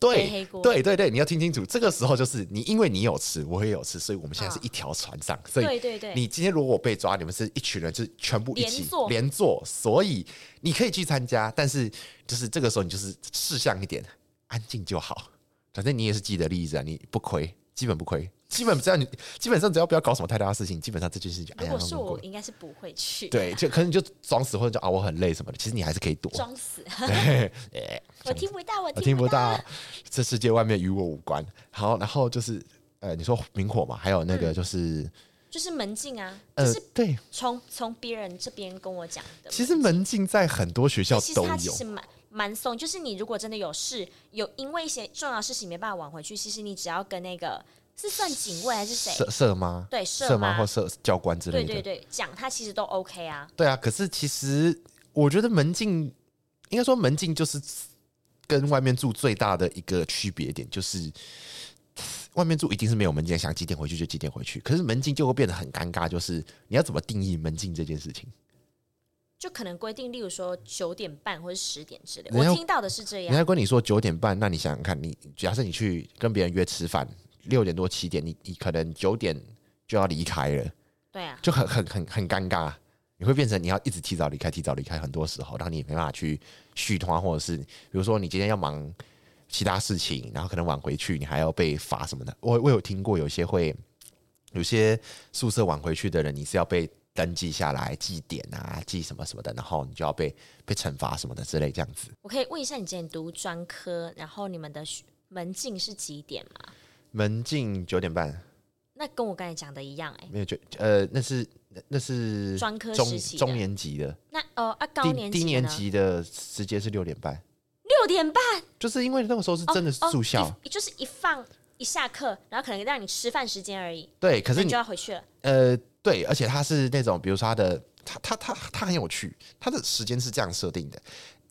S2: 对
S1: 背黑锅
S2: 对对对，你要听清楚。这个时候就是你，因为你有吃，我也有吃，所以我们现在是一条船上，所以
S1: 对对对
S2: 你今天如果我被抓，你们是一群人，就是全部一起
S1: 连坐
S2: 连坐，所以你可以去参加，但是就是这个时候你就是事项一点，安静就好，反正你也是既得利益者，你不亏，基本不亏，基本只要你基本上只要不要搞什么太大的事情，基本上这件事情就
S1: 如
S2: 安
S1: 果
S2: 安
S1: 是
S2: 稳稳
S1: 我
S2: 哎过，。
S1: 应该是不会去，
S2: 对，就可能你就装死或者就啊我很累什么的，其实你还是可以躲。
S1: 装
S2: [LAUGHS]
S1: 死，
S2: 对，哎
S1: 我听不到，我
S2: 我听不
S1: 不到，
S2: 到，这世界外面与我无关。好，然后就是呃，你说明火嘛，还有那个就是、
S1: 就是门禁啊，嗯就
S2: 呃
S1: 是，
S2: 对，
S1: 从从别人这边跟我讲的嘛。
S2: 其实门禁在很多学校
S1: 其实
S2: 都
S1: 它其
S2: 有，
S1: 实蛮蛮松，就是你如果真的有事，有因为一些重要的事情没办法挽回去，其实你只要跟那个是算警卫还是谁，
S2: 社社妈
S1: 对
S2: 社
S1: 妈
S2: 妈或社教官之类
S1: 对
S2: 的，
S1: 对对，讲他其实都 OK 啊。
S2: 对啊。可是其实我觉得门禁，应该说门禁就是跟外面住最大的一个区别点就是。外面住一定是没有门禁，想几点回去就几点回去。可是门禁就会变得很尴尬，就是你要怎么定义门禁这件事情？
S1: 就可能规定，例如说九点半或者十点之类，
S2: 人家
S1: 我听到的是这
S2: 人
S1: 样。
S2: 家跟你说九点半，那你想想看，你假设你去跟别人约吃饭，六点多七点，你你可能九点就要离开了，
S1: 对啊，
S2: 就很很很很尴尬。你会变成你要一直提早离开，提早离开，很多时候，然后你也没办法去续团，或者是比如说你今天要忙其他事情，然后可能晚回去，你还要被罚什么的。我我有听过有些会，有些宿舍晚回去的人，你是要被登记下来记点啊，记什么什么的，然后你就要被被惩罚什么的之类这样子。
S1: 我可以问一下，你之前读专科，然后你们的学门禁是几点吗？
S2: 门禁九点半，
S1: 那跟我刚才讲的一样哎、
S2: 没有就呃，那是那那是
S1: 专科
S2: 中
S1: 时期的
S2: 中年级的，
S1: 那哦啊，高
S2: 低
S1: 年级
S2: 低
S1: 的
S2: 年
S1: 呢
S2: 级的时间是六点半，
S1: 六点半，
S2: 就是因为那个时候是真的是
S1: 哦
S2: 住校，
S1: 一就是一放一下课，然后可能让你吃饭时间而已，
S2: 对，可
S1: 可
S2: 是
S1: 你
S2: 你
S1: 就要回去了。
S2: 呃对，而且他是那种比如说他的他他他他很有趣，他的时间是这样设定的，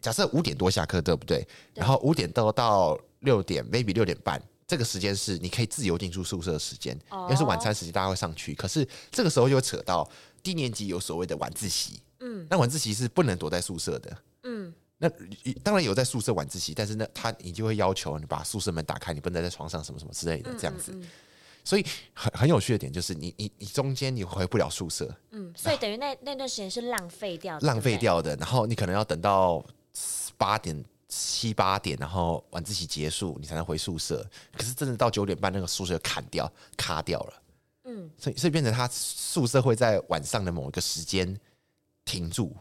S2: 假设五点多下课对不对？然后五点多到六点，maybe 六点半。这个时间是你可以自由进出宿舍的时间，
S1: 哦
S2: 因为是晚餐时间，大家会上去。可是这个时候又扯到低年级有所谓的晚自习，
S1: 嗯
S2: 那晚自习是不能躲在宿舍的，
S1: 嗯，
S2: 那呃当然有在宿舍晚自习，但是呢，他你就会要求你把宿舍门打开，你不能在床上什么什么之类
S1: 嗯
S2: 的这样子。所以很很有趣的点就是你，你你中间你回不了宿舍，
S1: 嗯，所以等于那那段时间是浪费掉的，
S2: 浪费
S1: 对不对。
S2: 掉的，然后你可能要等到八点七八点，然后晚自习结束，你才能回宿舍。可是真的到九点半，那个宿舍砍掉、卡掉了，
S1: 嗯，
S2: 所以所以变成他宿舍会在晚上的某一个时间停住。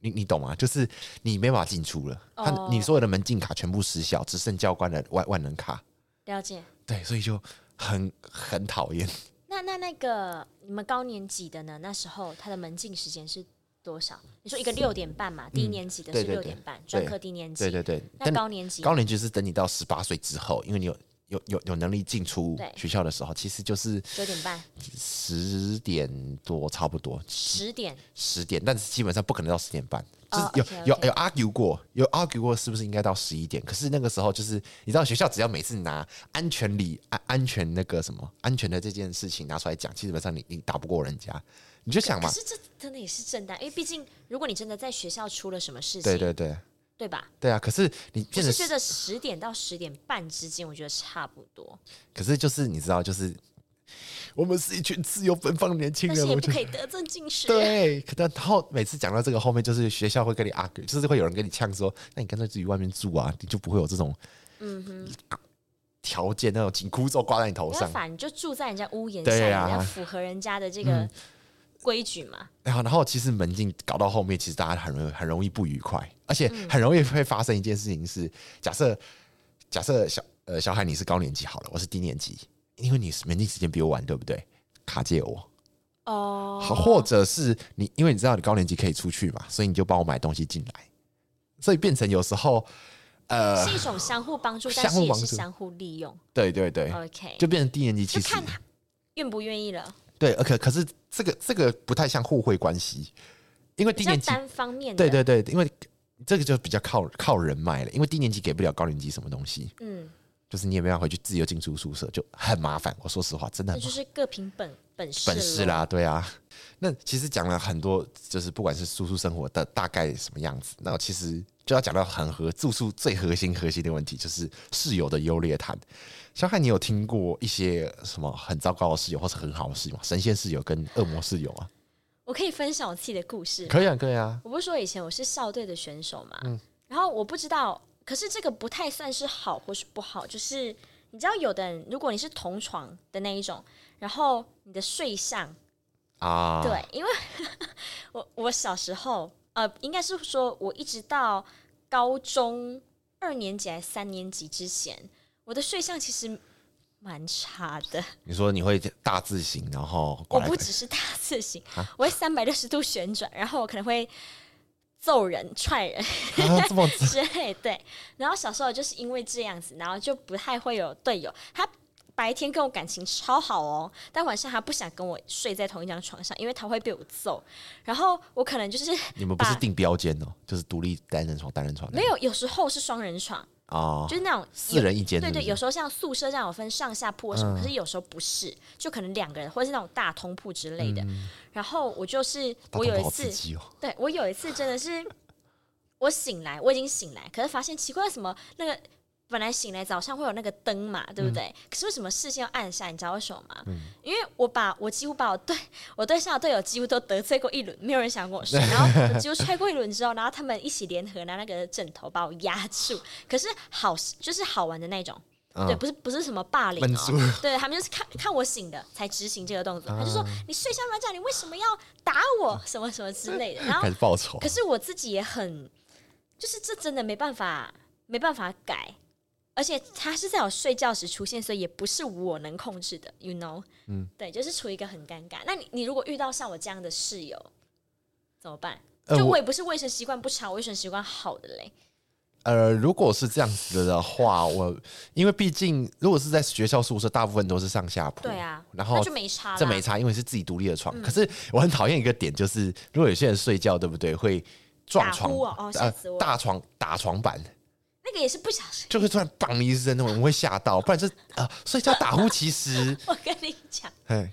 S2: 你你懂吗？就是你没办法进出了，他
S1: 哦
S2: 你所有的门禁卡全部失效，只剩教官的万万能卡。
S1: 了解。
S2: 对，所以就很很讨厌。
S1: 那那那个你们高年级的呢？那时候他的门禁时间是多少？你说一个六点半嘛，低年级的是
S2: 嗯对对
S1: 六
S2: 对
S1: 点半，
S2: 对
S1: 专科低年级。
S2: 对对对，
S1: 那
S2: 但
S1: 高年级
S2: 高年级是等你到十八岁之后，因为你有有有有能力进出
S1: 对
S2: 学校的时候，其实就是
S1: 九点半、
S2: 十点多差不多
S1: 十点，
S2: 十点，但是基本上不可能到十点半。就
S1: 哦
S2: 是有、
S1: OK，OK
S2: 有有 argue 过，有 argue 过是不是应该到十一点？可是那个时候就是你知道学校只要每次拿安全理安安全那个什么安全的这件事情拿出来讲，基本上你你打不过人家，你就想
S1: 可
S2: 嘛，
S1: 是这真的也是正当，因为毕竟如果你真的在学校出了什么事情，
S2: 对对对
S1: 对吧？
S2: 对啊！可是你
S1: 我
S2: 变
S1: 是
S2: 成
S1: 觉得十点到十点半之间，我觉得差不多，
S2: 可是就是你知道，就是我们是一群自由奔放的年轻
S1: 但
S2: 人，
S1: 是也
S2: 我
S1: 不
S2: 就
S1: 可以得寸进尺。
S2: 对。可但然后每次讲到这个后面，就是学校会跟你 argue，就是会有人跟你呛说：“那你干脆自己外面住啊，你就不会有这种
S1: 嗯哼，
S2: 条件那种紧箍咒挂在你头
S1: 不要
S2: 上。
S1: 反，你就住在人家屋檐下，
S2: 对嗯
S1: 你
S2: 啊
S1: 要符合人家的这个规矩嘛。”
S2: 然后，然后其实门禁搞到后面，其实大家很容易很容易不愉快，而且
S1: 嗯
S2: 很容易会发生一件事情是：假设假设小呃小海你是高年级好了，我是低年级，因为你门禁时间比我晚，对不对？卡借我。
S1: 哦，
S2: 好，或者是你，因为你知道你高年级可以出去嘛，所以你就帮我买东西进来，所以变成有时候，呃，
S1: 是一种相互帮助，
S2: 相
S1: 但是
S2: 互
S1: 也
S2: 帮
S1: 是
S2: 助
S1: 相互利用。
S2: 对对对，
S1: OK，
S2: 就变成低年级其
S1: 就
S2: 实
S1: 看他愿不愿意了，
S2: 对，呃可可是这个这个不太像互惠关系，因为低
S1: 比较
S2: 年级，
S1: 单方面的。
S2: 对，对对，因为这个就比较靠靠人脉了，因为低年级给不了高年级什么东西，
S1: 嗯，
S2: 就是你也没办法回去自由进出宿舍，就很麻烦。我说实话，真
S1: 那
S2: 的很麻
S1: 就
S2: 烦。
S1: 是各凭本本事
S2: 本事
S1: 咯。
S2: 啦，对啊。那其实讲了很多，就是不管是住宿生活的大概什么样子，那我其实就要讲到很核住宿最核心核心的问题，就是室友的优劣谈。小海，你有听过一些什么很糟糕的室友，或是很好的室友吗？神仙室友跟恶魔室友啊？
S1: 我可以分享我自己的故事。
S2: 可以啊，嗯可以啊。
S1: 我不是说以前我是校队的选手嘛，然后我不知道，可是这个不太算是好或是不好，就是你知道，有的人如果你是同床的那一种，然后你的睡相，
S2: 啊，
S1: 对，因为 [LAUGHS] 我我小时候，呃，应该是说我一直到高中二年级还是三年级之前，我的睡相其实蛮差的。
S2: 你说你会大字型，然后
S1: 我
S2: 拐来
S1: 不
S2: 拐
S1: 只是大字型，我会三百六十度旋转，然后我可能会揍人、踹人
S2: 去，啊，这么子
S1: 之类。对，然后小时候就是因为这样子，然后就不太会有队友。他白天跟我感情超好哦，但晚上他不想跟我睡在同一张床上，因为他会被我揍。然后我可能就是
S2: 你们不
S1: [LAUGHS]
S2: 是
S1: 把
S2: 定标间哦，就是独立单人床、单人床的
S1: 没有，有时候是双人床，
S2: 啊
S1: 就，是那种
S2: 四人一间
S1: 对
S2: 是不
S1: 对，
S2: 是嗯
S1: 有时候像宿舍这样有分上下铺或什么，可是有时候不是，就可能两个人或是那种大通铺之类的。然后我就是
S2: 嗯大
S1: 我
S2: 同
S1: 有
S2: 头
S1: 一
S2: 好
S1: 次
S2: 刺，激哦，
S1: 对我有一次真的是，我醒来，我已经醒来，可是发现奇怪，什么那个本来醒来早上会有那个灯嘛，对不对？可是为什么视线要暗下？你知道为什么吗？因为我把我几乎把我对 [LAUGHS] 我对象的队友几乎都得罪过一轮，没有人想跟我睡，然后我几乎踹过一轮之后，然后他们一起联合拿那个枕头把我压住，可是好就是好玩的那种。对，不是不是什么霸凌
S2: 闷
S1: 哦
S2: 住， [LAUGHS]
S1: 对他们就是看看我醒的才执行这个动作，
S2: 啊
S1: 他就说你睡相软觉，你为什么要打
S2: [LAUGHS]
S1: 我什么什么之类的，然后
S2: 开始报仇
S1: 可。是我自己也很，就是这真的没办法，没办法改。而且他是在我睡觉时出现，所以也不是我能控制的，you know。嗯，对，就是处于一个很尴尬。那你你如果遇到像我这样的室友，怎么办？
S2: 呃
S1: 就
S2: 我
S1: 我也不是卫生习惯不差，我卫生习惯好的嘞。
S2: 呃，如果是这样子的话，我因为毕竟如果是在学校宿舍，大部分都是上下铺，
S1: 对啊，
S2: 然后
S1: 那就没差啦，嗯
S2: 这没差，因为是自己独立的床。可是我很讨厌一个点，就是如果有些人睡觉，对不对，会撞
S1: 打
S2: 床，
S1: 呼哦哦吓
S2: 呃
S1: 死我，了
S2: 大床打床板，
S1: 那个也是不小心。
S2: 就会突然砰一声，我们会吓到，不然就是呃睡觉打呼，其实 [LAUGHS]
S1: 我跟你讲，
S2: 嘿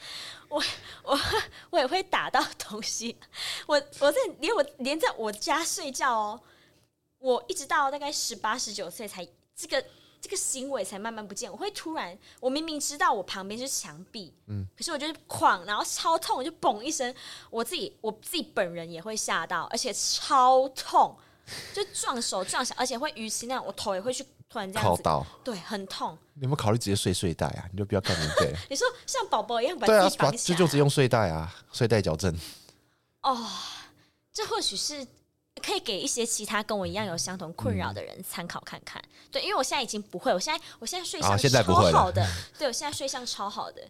S1: [LAUGHS] 我也会打到东西。 [LAUGHS] 我我在连我连在我家睡觉哦，我一直到大概十八十九岁才这个这个行为才慢慢不见。我会突然，我明明知道我旁边是墙壁，嗯，可是我就是哐，然后超痛，我就嘣一声，我自己我自己本人也会吓到，而且超痛，就撞手撞小，而且会淤青那样，我头也会去突然这样
S2: 靠
S1: 子，
S2: 到。
S1: 对，很痛。
S2: 你有没有考虑直接睡睡袋啊？你就不要盖棉被了。
S1: 你说像宝宝一 [LAUGHS] 样把
S2: 对啊
S1: 自己，
S2: 把
S1: 绑起
S2: 就
S1: 来，
S2: 就直接用睡袋啊，睡袋矫正。
S1: 哦，这或许是，可以给一些其他跟我一样有相同困
S2: 嗯
S1: 扰的人参考看看。对，因为我现在已经不会，我现在我现在睡
S2: 啊
S1: 相
S2: 现在
S1: 超
S2: 不会了
S1: 好的，对我现在睡相超好的，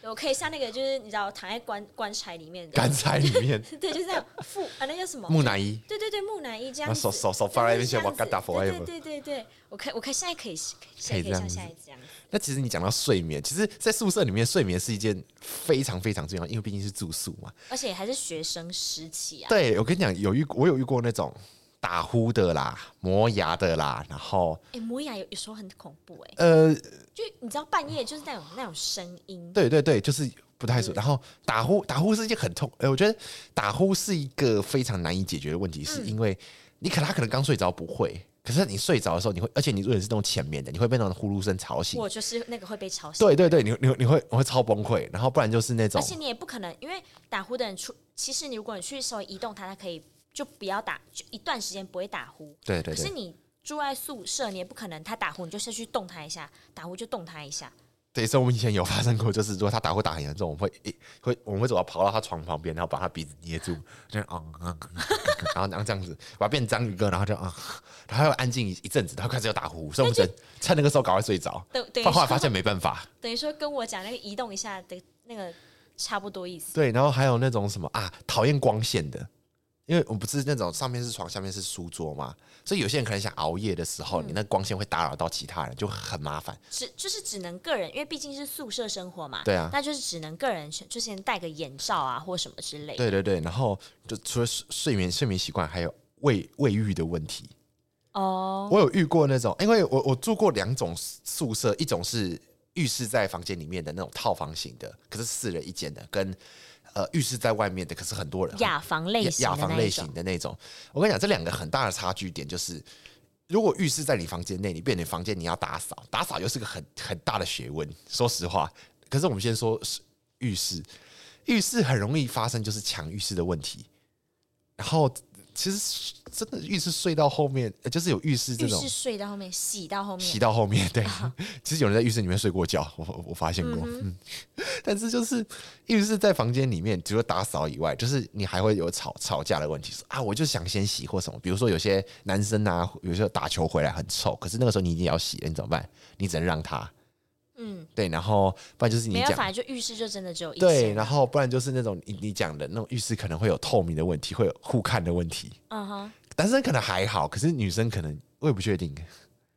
S1: 对我可以像那个就是你知道躺在棺棺材里面
S2: [LAUGHS] 干
S1: 的，
S2: 柴里面
S1: 对，就这样腹啊那叫什么？
S2: 木乃伊，
S1: 对对对，木乃伊这样
S2: 那
S1: 子，
S2: 手手手
S1: 对
S2: 放在那
S1: 就是
S2: 边
S1: 这
S2: 先
S1: 样
S2: 往
S1: 子
S2: 嘎达佛
S1: 对
S2: forever
S1: 对对对对，我可以我可以现在可以
S2: 可
S1: 可
S2: 以
S1: 以
S2: 这
S1: 可以
S2: 样
S1: 像
S2: 子
S1: 现在这样子，
S2: 那其实你讲到睡眠，其实，在宿舍里面睡眠是一件非常非常重要，因为毕竟是住宿嘛。
S1: 而且还是学生时期啊，
S2: 对我跟你讲，有遇我有遇过那种打呼的啦、磨牙的啦，然后
S1: 哎，磨牙有有时候很恐怖哎，
S2: 呃，
S1: 就你知道半夜就是那种那种声音，
S2: 对对对，就是不太
S1: 嗯
S2: 熟。然后打呼，打呼是一件很痛，呃，我觉得打呼是一个非常难以解决的
S1: 嗯
S2: 问题，是因为你可他可能刚睡着不会，可是你睡着的时候，你会，而且你如果是那种浅眠的，你会被那种呼噜声吵醒
S1: 我。就是那个会被吵醒。
S2: 对对对，你你你会你会超崩溃，然后不然就是那种
S1: 而且你也不可能，因为打呼的人出，其实你如果你去稍微移动它，它可以就不要打，就一段时间不会打呼。
S2: 对对
S1: 可是
S2: 对，
S1: 你住在宿舍，你也不可能他打呼，你就是去动它一下，打呼就动它一下。
S2: 对，所以我们以前有发生过，就是如果他打呼打很严重，我们会诶会我们会走到跑到他床旁边，然后把他鼻子捏住，这样嗯嗯，嗯嗯然后然后这样子，把它变章鱼哥，然后就啊、嗯，然后他会安静一一阵子，他开始又打呼，所以我们只能趁那个时候赶快睡着。
S1: 等等于
S2: 后来发
S1: 说，
S2: 现没办法。
S1: 等于说跟我讲那个移动一下的那个差不多意思。
S2: 对，然后还有那种什么啊，讨厌光线的，因为我不是那种上面是床，下面是书桌嘛，所以有些人可能想熬夜的时
S1: 嗯
S2: 候，你那光线会打扰到其他人，就很麻烦。
S1: 只就是只能个人，因为毕竟是宿舍生活嘛，
S2: 对啊
S1: 那就是只能个人就先戴个眼罩啊或什么之类的。
S2: 对对对，然后就除了睡睡眠睡眠习惯，还有卫卫浴的问题。
S1: 哦，
S2: 我有遇过那种，因为我我住过两种宿舍，一种是浴室在房间里面的那种套房型的，可是四人一间的，跟呃浴室在外面的，可是很多人很
S1: 雅房类型
S2: 雅
S1: 的
S2: 房
S1: 那
S2: 类
S1: 一种
S2: 型，的那种。我跟你讲，这两个很大的差距点就是，如果浴室在你房间内，你变成房间你要打扫，打扫又是个很很大的学问。说实话，可是我们先说是浴室，浴室很容易发生就是抢浴室的问题。然后其实真的浴室睡到后面，呃就是有浴室这
S1: 浴
S2: 种
S1: 室睡到后面，洗到后面，
S2: 洗到后面，对，
S1: 啊
S2: [LAUGHS] 其实有人在浴室里面睡过觉，我我我发现过，嗯，但是就是浴室在房间里面，除了打扫以外，就是你还会有吵吵架的问题，说啊，我就想先洗或什么，比如说有些男生啊，有时候打球回来很臭，可是那个时候你已经要洗了，你怎么办？你只能让他，
S1: 嗯，
S2: 对，然后不然就是你
S1: 没办
S2: 讲。
S1: 法，就浴室就真的只有一
S2: 对，
S1: 间。
S2: 然后不然就是那种你你讲的那种浴室可能会有透明的问题，会有互看的问题。
S1: 嗯哼，
S2: 男生可能还好，可是女生可能我也不确定。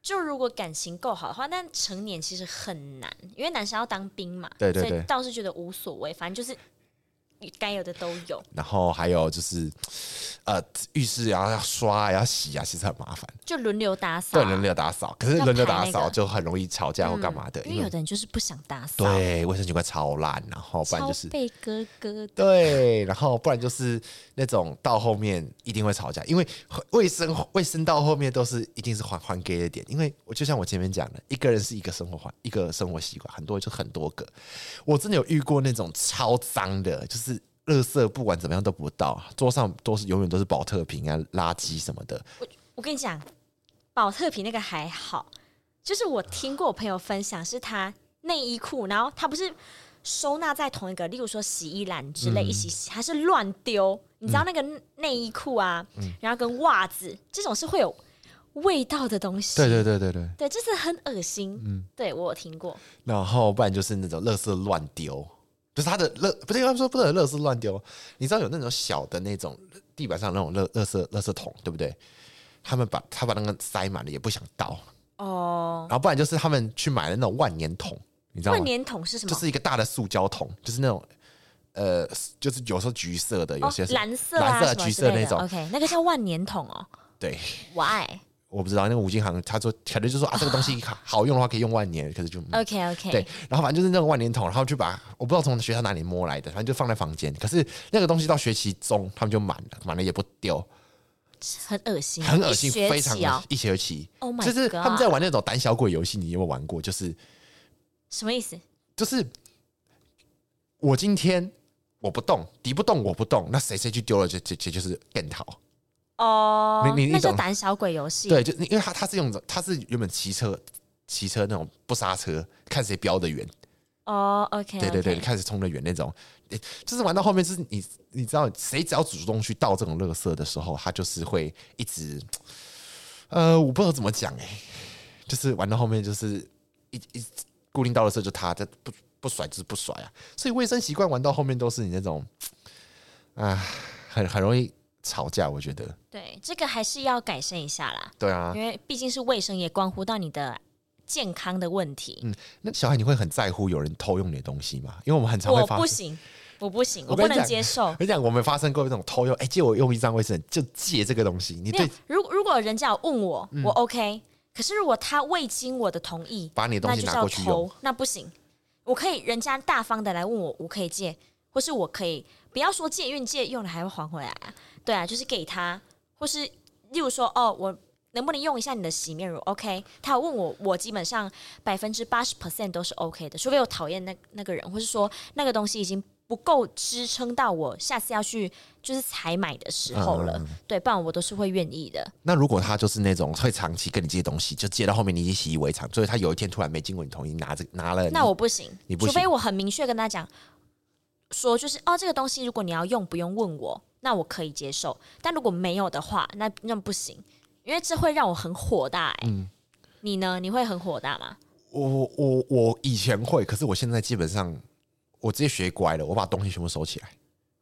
S1: 就如果感情够好的话，但成年其实很难，因为男生要当兵嘛，
S2: 对对
S1: 所以
S2: 对
S1: 倒是觉得无所谓，反正就是该有的都有。
S2: 然后还有就是，呃，浴室然后要刷要洗啊，其实很麻烦。
S1: 就轮流打扫
S2: 对，
S1: 啊、
S2: 轮流打扫，可是
S1: 要
S2: 轮流
S1: 排
S2: 打
S1: 那
S2: 扫
S1: 个嗯
S2: 就很容易吵架或干嘛的，
S1: 因
S2: 因
S1: 为有
S2: 为
S1: 的人就是不想打扫，
S2: 对卫生习惯超烂，然后不然
S1: 超
S2: 就是
S1: 被哥哥的。
S2: 对，然后不然就是那种到后面一定会吵架，因为卫生卫生到后面都是一定是还还给的点，因为我就像我前面讲的，一个人是一个生活环一个生活习惯，很多就很多个。我真的有遇过那种超脏的，就是垃圾不管怎么样都不倒，桌上都是永远都是保特瓶啊、垃圾什么的。
S1: 我跟你讲，保特瓶那个还好，就是我听过我朋友分享，是他内衣裤，然后他不是收纳在同一个，例如说洗衣篮之
S2: 嗯
S1: 类一起洗，他是乱丢。你知道那个内衣裤啊，然后跟袜子这种是会有味道的东西，
S2: 对对对对对。
S1: 对，就是很恶心。嗯，对我有听过，
S2: 然后不然就是那种垃圾乱丢，就是他的垃不对，他说不能垃圾乱丢。你知道有那种小的那种地板上那种垃垃圾垃圾桶，对不对？他们把他把那个塞满了，也不想倒。
S1: 哦，
S2: 然后不然就是他们去买了那种万年桶，你知道
S1: 万
S2: 吗？
S1: 年桶是什么？
S2: 就是一个大的塑胶桶，就是那种呃，就是有时候橘色的，有
S1: 哦
S2: 些，是、
S1: 蓝色
S2: 蓝
S1: 啊，
S2: 色
S1: 什么
S2: 橘
S1: 之
S2: 色
S1: 类
S2: 那
S1: 的
S2: 种
S1: OK，那个叫万年桶哦。
S2: 对。
S1: Why？
S2: 我不知道那个五金行，他说可能就说啊，这个东西好好用的话可以用万年，可是就、嗯
S1: OK OK，
S2: 对，然后反正就是那种万年桶，然后就把我不知道从学校哪里摸来的，反正就放在房间。可是那个东西到学期中他们就满了，满了也不丢，
S1: 很恶心，
S2: 很恶心，
S1: 一学
S2: 非常
S1: 期哦
S2: 恶心一学期。
S1: Oh my
S2: 就是他们
S1: God
S2: 在玩那种胆小鬼游戏，你有没有玩过？就是
S1: 什么意思？
S2: 就是，我今天我不动，敌不动我不动，那谁谁去丢了，就就就就是更好。
S1: 哦，
S2: 你你你
S1: 那就
S2: 懂
S1: 胆小鬼游戏，
S2: 对，就因为他他是用着他是原本骑车骑车那种不刹车，看谁飙得远。
S1: 哦，OK，
S2: 对对对，你开始冲得远那种，诶就是玩到后面，就是你你知道，谁只要主动去倒这种垃圾的时候，他就是会一直，呃，我不知道怎么讲哎、就是玩到后面就是一一固定到垃圾就他，这不不甩就是不甩啊，所以卫生习惯玩到后面都是你那种，啊，很很容易吵架，我觉得，
S1: 对，这个还是要改善一下啦，
S2: 对啊
S1: 因，为毕竟是卫生，也关乎到你的健康的问题。
S2: 那小孩你会很在乎有人偷用你的东西吗？因为我们很常会
S1: 我
S2: 发
S1: 不
S2: 生。
S1: 行，我不行，
S2: 我
S1: 我
S2: 跟
S1: 不
S2: 你
S1: 能
S2: 讲
S1: 接受
S2: 我。跟你讲，我们发生过一种偷用，哎、借我用一张卫生纸，就借这个东西，你
S1: 没有
S2: [LAUGHS] 对，嗯
S1: 如如果人家有问我，我 OK。可是如果他未经我的同意，
S2: 把你的东
S1: 那
S2: 西
S1: 就
S2: 拿
S1: 叫
S2: 过去用
S1: 偷，，那不行。我可以人家大方的来问我，我可以借，或是我可以不要说借，因为你借用了还会还回来啊。对啊，就是给他，或是例如说哦，我能不能用一下你的洗面乳？OK，他有问我，我基本上百分之八十 percent 都是 OK 的，除非我讨厌那那个人，或是说那个东西已经不够支撑到我下次要去就是采买的时候了。
S2: 嗯
S1: 对，不然我都是会愿意的。
S2: 那如果他就是那种会长期跟你借东西，就借到后面你已经习以为常，所以他有一天突然没经过你同意拿着拿了你，
S1: 那我不行，
S2: 你不
S1: 除
S2: 行
S1: 非我很明确跟他讲说，就是哦，这个东西如果你要用，不用问我，那我可以接受。但如果没有的话，那那不行，因为这会让我很火大、欸。
S2: 嗯
S1: 你呢？你会很火大吗？
S2: 我我我以前会，可是我现在基本上我直接学乖了，我把东西全部收起来，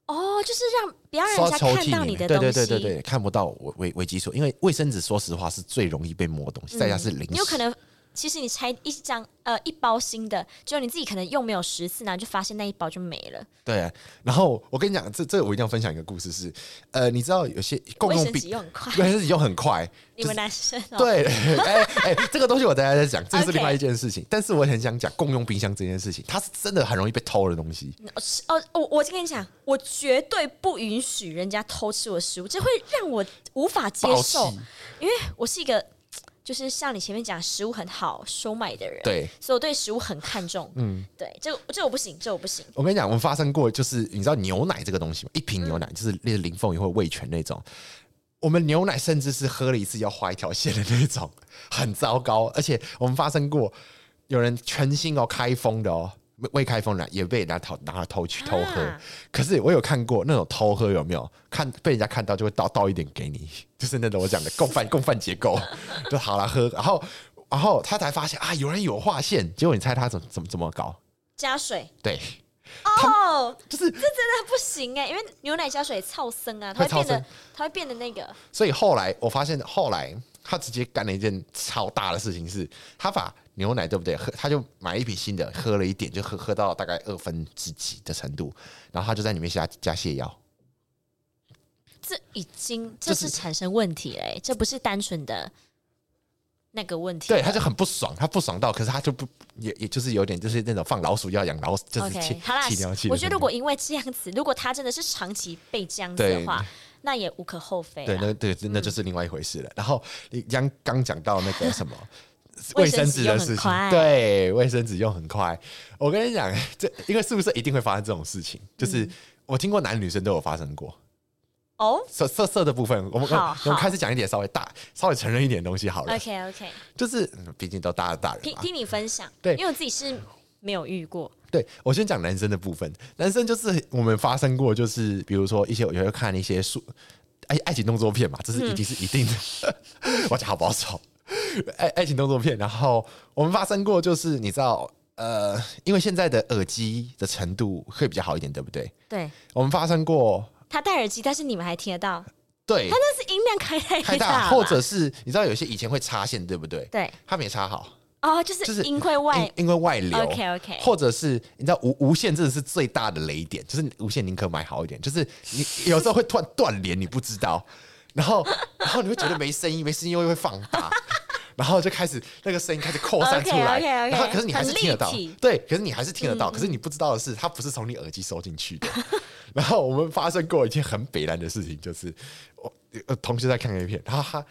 S1: 哦，就是让不要让
S2: 收
S1: 人
S2: 到
S1: 家
S2: 抽
S1: 看
S2: 屉
S1: 到
S2: 里
S1: 你的
S2: 面，
S1: 东
S2: 对
S1: 西，
S2: 对对对对，看不到我危危机所，因为卫生纸说实话是最容易被摸的东西，再加上是零食，
S1: 你嗯有可能。其实你拆一张呃一包新的，就你自己可能用没有十次，然后就发现那一包就没了。
S2: 对。啊然后我跟你讲，这这我一定要分享一个故事是，呃，你知道有些共
S1: 卫
S2: 用
S1: 生纸
S2: 品。
S1: 又很快，
S2: 卫生纸用很快，
S1: 你们男生、哦、
S2: 对，哎哎，这个东西我大家在讲，这个是另外一件事情。但是我很想讲共用冰箱这件事情，它是真的很容易被偷的东西。
S1: 吃哦，我我跟你讲，我绝对不允许人家偷吃我的食物，这会让我无法接
S2: 暴气
S1: 受。因为我是一个，就是像你前面讲，食物很好收买的人，，
S2: 对
S1: 所以我对食物很看重。嗯，对，这个这我不行，这我不行。
S2: 我跟你讲，我们发生过，就是你知道牛奶这个东西吗？一瓶牛奶就是那林凤仪或味全那种。我们牛奶甚至是喝了一次要画一条线的那种，很糟糕。而且我们发生过有人全新哦开封的哦，未未开封的也被人家偷拿来偷去偷喝。
S1: 啊
S2: 可是我有看过那种偷喝有没有？看被人家看到就会倒倒一点给你，就是那种我讲的共犯共犯结构，就好了喝。然后然后他才发现啊，有人有划线。结果你猜他怎么怎么怎么搞？
S1: 加水
S2: 对，
S1: 哦，
S2: 就是
S1: 真的不行哎，因为牛奶加水超生啊，它
S2: 会超
S1: 会变得
S2: 生
S1: 它会变得那个
S2: 所以后来我发现，后来他直接干了一件超大的事情是，他把牛奶对不对？喝他就买一瓶新的，喝了一点，就喝喝到大概二分之几的程度，然后他就在里面加加泻药。
S1: 这已经
S2: 就
S1: 这是
S2: 是
S1: 产生问题嘞，这不是单纯的那个问题。
S2: 对，他就很不爽，他不爽到，可是他就不也也就是有点就是那种放老鼠药养老鼠，就是气
S1: OK，好啦
S2: 气尿气。
S1: 我觉得如果因为这样子，如果他真的是长期被这样子
S2: 对
S1: 的话，那也无可厚非
S2: 对，
S1: 啦。
S2: 那对，那就是另外一回事了。然后你刚刚讲到那个什么
S1: 卫
S2: 卫
S1: 生
S2: 生
S1: 纸
S2: 纸
S1: 用很
S2: 的事情，
S1: 快
S2: 对，卫生纸用很快。我跟你讲，这因为宿舍一定会发生这种事情，就是我听过男女生都有发生过。
S1: 哦
S2: 色色色的部分，我们
S1: 好
S2: 我们
S1: 好
S2: 开始讲一点稍微大、稍微成人一点的东西好了。
S1: ，OK OK，
S2: 就是嗯毕竟都大了大人
S1: 听
S2: 嘛，
S1: 听你分享，
S2: 对
S1: 因为我自己是没有遇过，
S2: 对我先讲男生的部分，男生就是我们发生过，就是比如说一些我就会看一些数爱爱情动作片嘛，这是一定是一定的， [LAUGHS] 我讲好保守，爱爱情动作片，然后我们发生过就是你知道。呃，因为现在的耳机的程度会比较好一点，对不对？
S1: 对
S2: 我们发生过，
S1: 他戴耳机，但是你们还听得到，
S2: 对，
S1: 但是音量开太
S2: 太
S1: 大了
S2: 大，或者是你知道有些以前会插线，对不对？
S1: 对
S2: 他没插好，
S1: 哦，就
S2: 就是
S1: 是音会外
S2: 因因为外流
S1: OK，OK
S2: 或者是你知道无无线真的是最大的雷点，就是无线宁可买好一点，就是你有时候会突然断连，你不知道， [LAUGHS] 然后然后你会觉得没声音，没声音又会放大。 [LAUGHS] 然后就开始那个声音开始扩散出来
S1: OK，OK，OK
S2: 然后可是你还是听得到
S1: 很立体，嗯
S2: 对，可是你还是听得到，可是你不知道的是，它不是从你耳机收进去的。 [LAUGHS] 然后我们发生过一件很北然的事情，就是我呃同学在看 A 片，然后他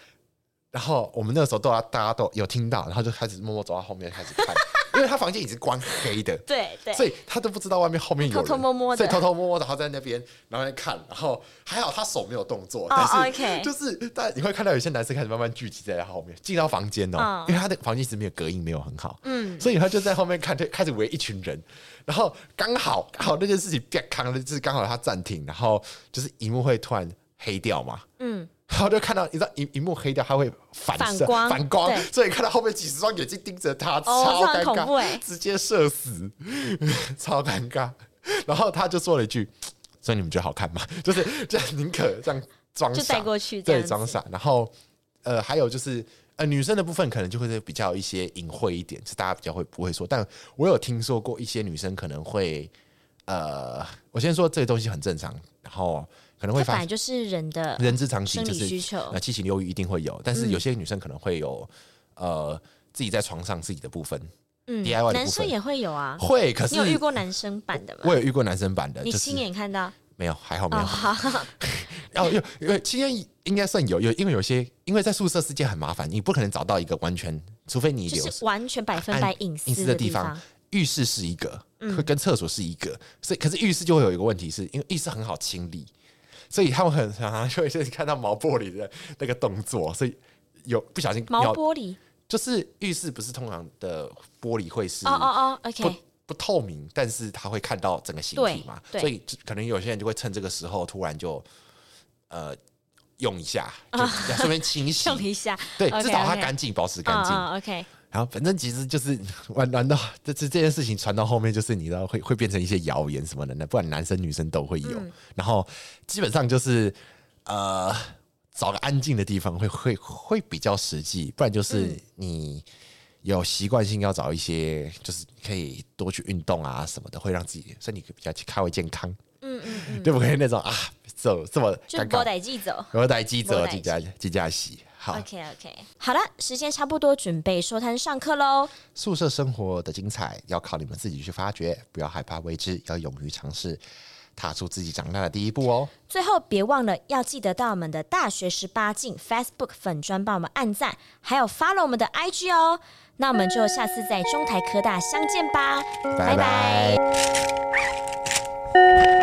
S2: 然后我们那时候都要大家都有听到，然后就开始默默走到后面开始看，因因为他房间已经关黑的，
S1: 对对，
S2: 所以他都不知道外面后面有人
S1: 偷偷摸摸的
S2: 所以偷偷摸摸的，然后在那边，然后在看，然后还好他手没有动作，
S1: 哦
S2: 但是
S1: OK
S2: 就是但你会看到有些男生开始慢慢聚集在他后面，进到房间哦、
S1: 嗯
S2: 因为他的房间其实没有隔音，没有很好，
S1: 嗯
S2: 所以他就在后面看，就开始围一群人，然后刚好刚好那件事情变康了，就是刚好他暂停，然后就是荧幕会突然黑掉嘛，
S1: 嗯，
S2: 然后就看到，你知道荧荧幕黑掉，它会反射
S1: 反光
S2: 反光
S1: 对
S2: 所以看到后面几十双眼睛盯着他，
S1: 哦
S2: 超
S1: 这
S2: 尴
S1: 很恐怖
S2: 尬，
S1: 欸
S2: 直接射死， [LAUGHS] 超尴尬。然后他就说了一句：“所以你们觉得好看吗？” [LAUGHS] 就是这样，宁可这样装
S1: 就
S2: 傻，
S1: 带过去这
S2: 对，
S1: 样
S2: 装
S1: 子。
S2: 傻。然后呃，还有就是呃，女生的部分可能就会比较一些隐晦一点，是大家比较会不会说。但我有听说过一些女生可能会呃，我先说这个东西很正常，然后可能会
S1: 这
S2: 发
S1: 本来就是人的
S2: 人之常
S1: 生
S2: 情，就
S1: 理
S2: 是
S1: 需求嗯
S2: 呃，七情六欲一定会有，但是有些女生可能会有呃自己在床上自己的部分
S1: 嗯
S2: DIY 的部分
S1: 男生也会有啊。
S2: 会，可是
S1: 你有遇过男生版的吗？
S2: 我有遇过男生版的，
S1: 你
S2: 就
S1: 亲
S2: 是
S1: 眼看到？
S2: 没有，还好没
S1: 哦，
S2: 有。哦
S1: 好，
S2: 然后有有今天应该算有有，因为有些因为在宿舍是件很麻烦，你不可能找到一个完全，除非你有
S1: 就是完全百分
S2: 按
S1: 百隐
S2: 隐
S1: 私
S2: 的
S1: 地
S2: 方
S1: 方。，嗯
S2: 浴室是一个，会跟厕所是一个，所以可是浴室就会有一个问题是，因为浴室很好清理，所以他们很常常就会就是看到毛玻璃的那个动作，所以有不小心
S1: 毛
S2: 尿
S1: 玻璃，
S2: 就是浴室不是通常的玻璃会是
S1: 哦哦哦
S2: 嗯不
S1: ，OK，
S2: 不透明，但是他会看到整个形体嘛，
S1: 对对
S2: 所以就可能有些人就会趁这个时候突然就呃用一下，就顺便清洗，
S1: 哦 [LAUGHS] 用一下，
S2: 对，
S1: OK，
S2: 至少它
S1: OK
S2: 干净，保持干净。
S1: 啊 o k
S2: 然后反正其实就是 [LAUGHS] 玩玩到这这这件事情传到后面，就是你知道会会变成一些谣言什么的，那不管男生女生都会有。
S1: 嗯
S2: 然后基本上就是呃找个安静的地方会会会比较实际，不然就是
S1: 嗯
S2: 你有习惯性要找一些就是可以多去运动啊什么的，会让自己身体比较较为健康，
S1: 嗯嗯嗯，
S2: 就不会那种啊这这么
S1: 就
S2: 尴
S1: 波
S2: 尬。
S1: 歹记走。
S2: 我带记
S1: 没
S2: 者
S1: 代
S2: 记加记加洗好
S1: OK OK，好了，时间差不多，准备收摊上课喽。
S2: 宿舍生活的精彩要靠你们自己去发掘，不要害怕未知，要勇于尝试，踏出自己长大的第一步哦。
S1: 最后别忘了要记得到我们的大学十八禁 Facebook 粉专帮我们按赞，还有 follow 我们的 IG 哦。那我们就下次在中台科大相见吧，
S2: 拜拜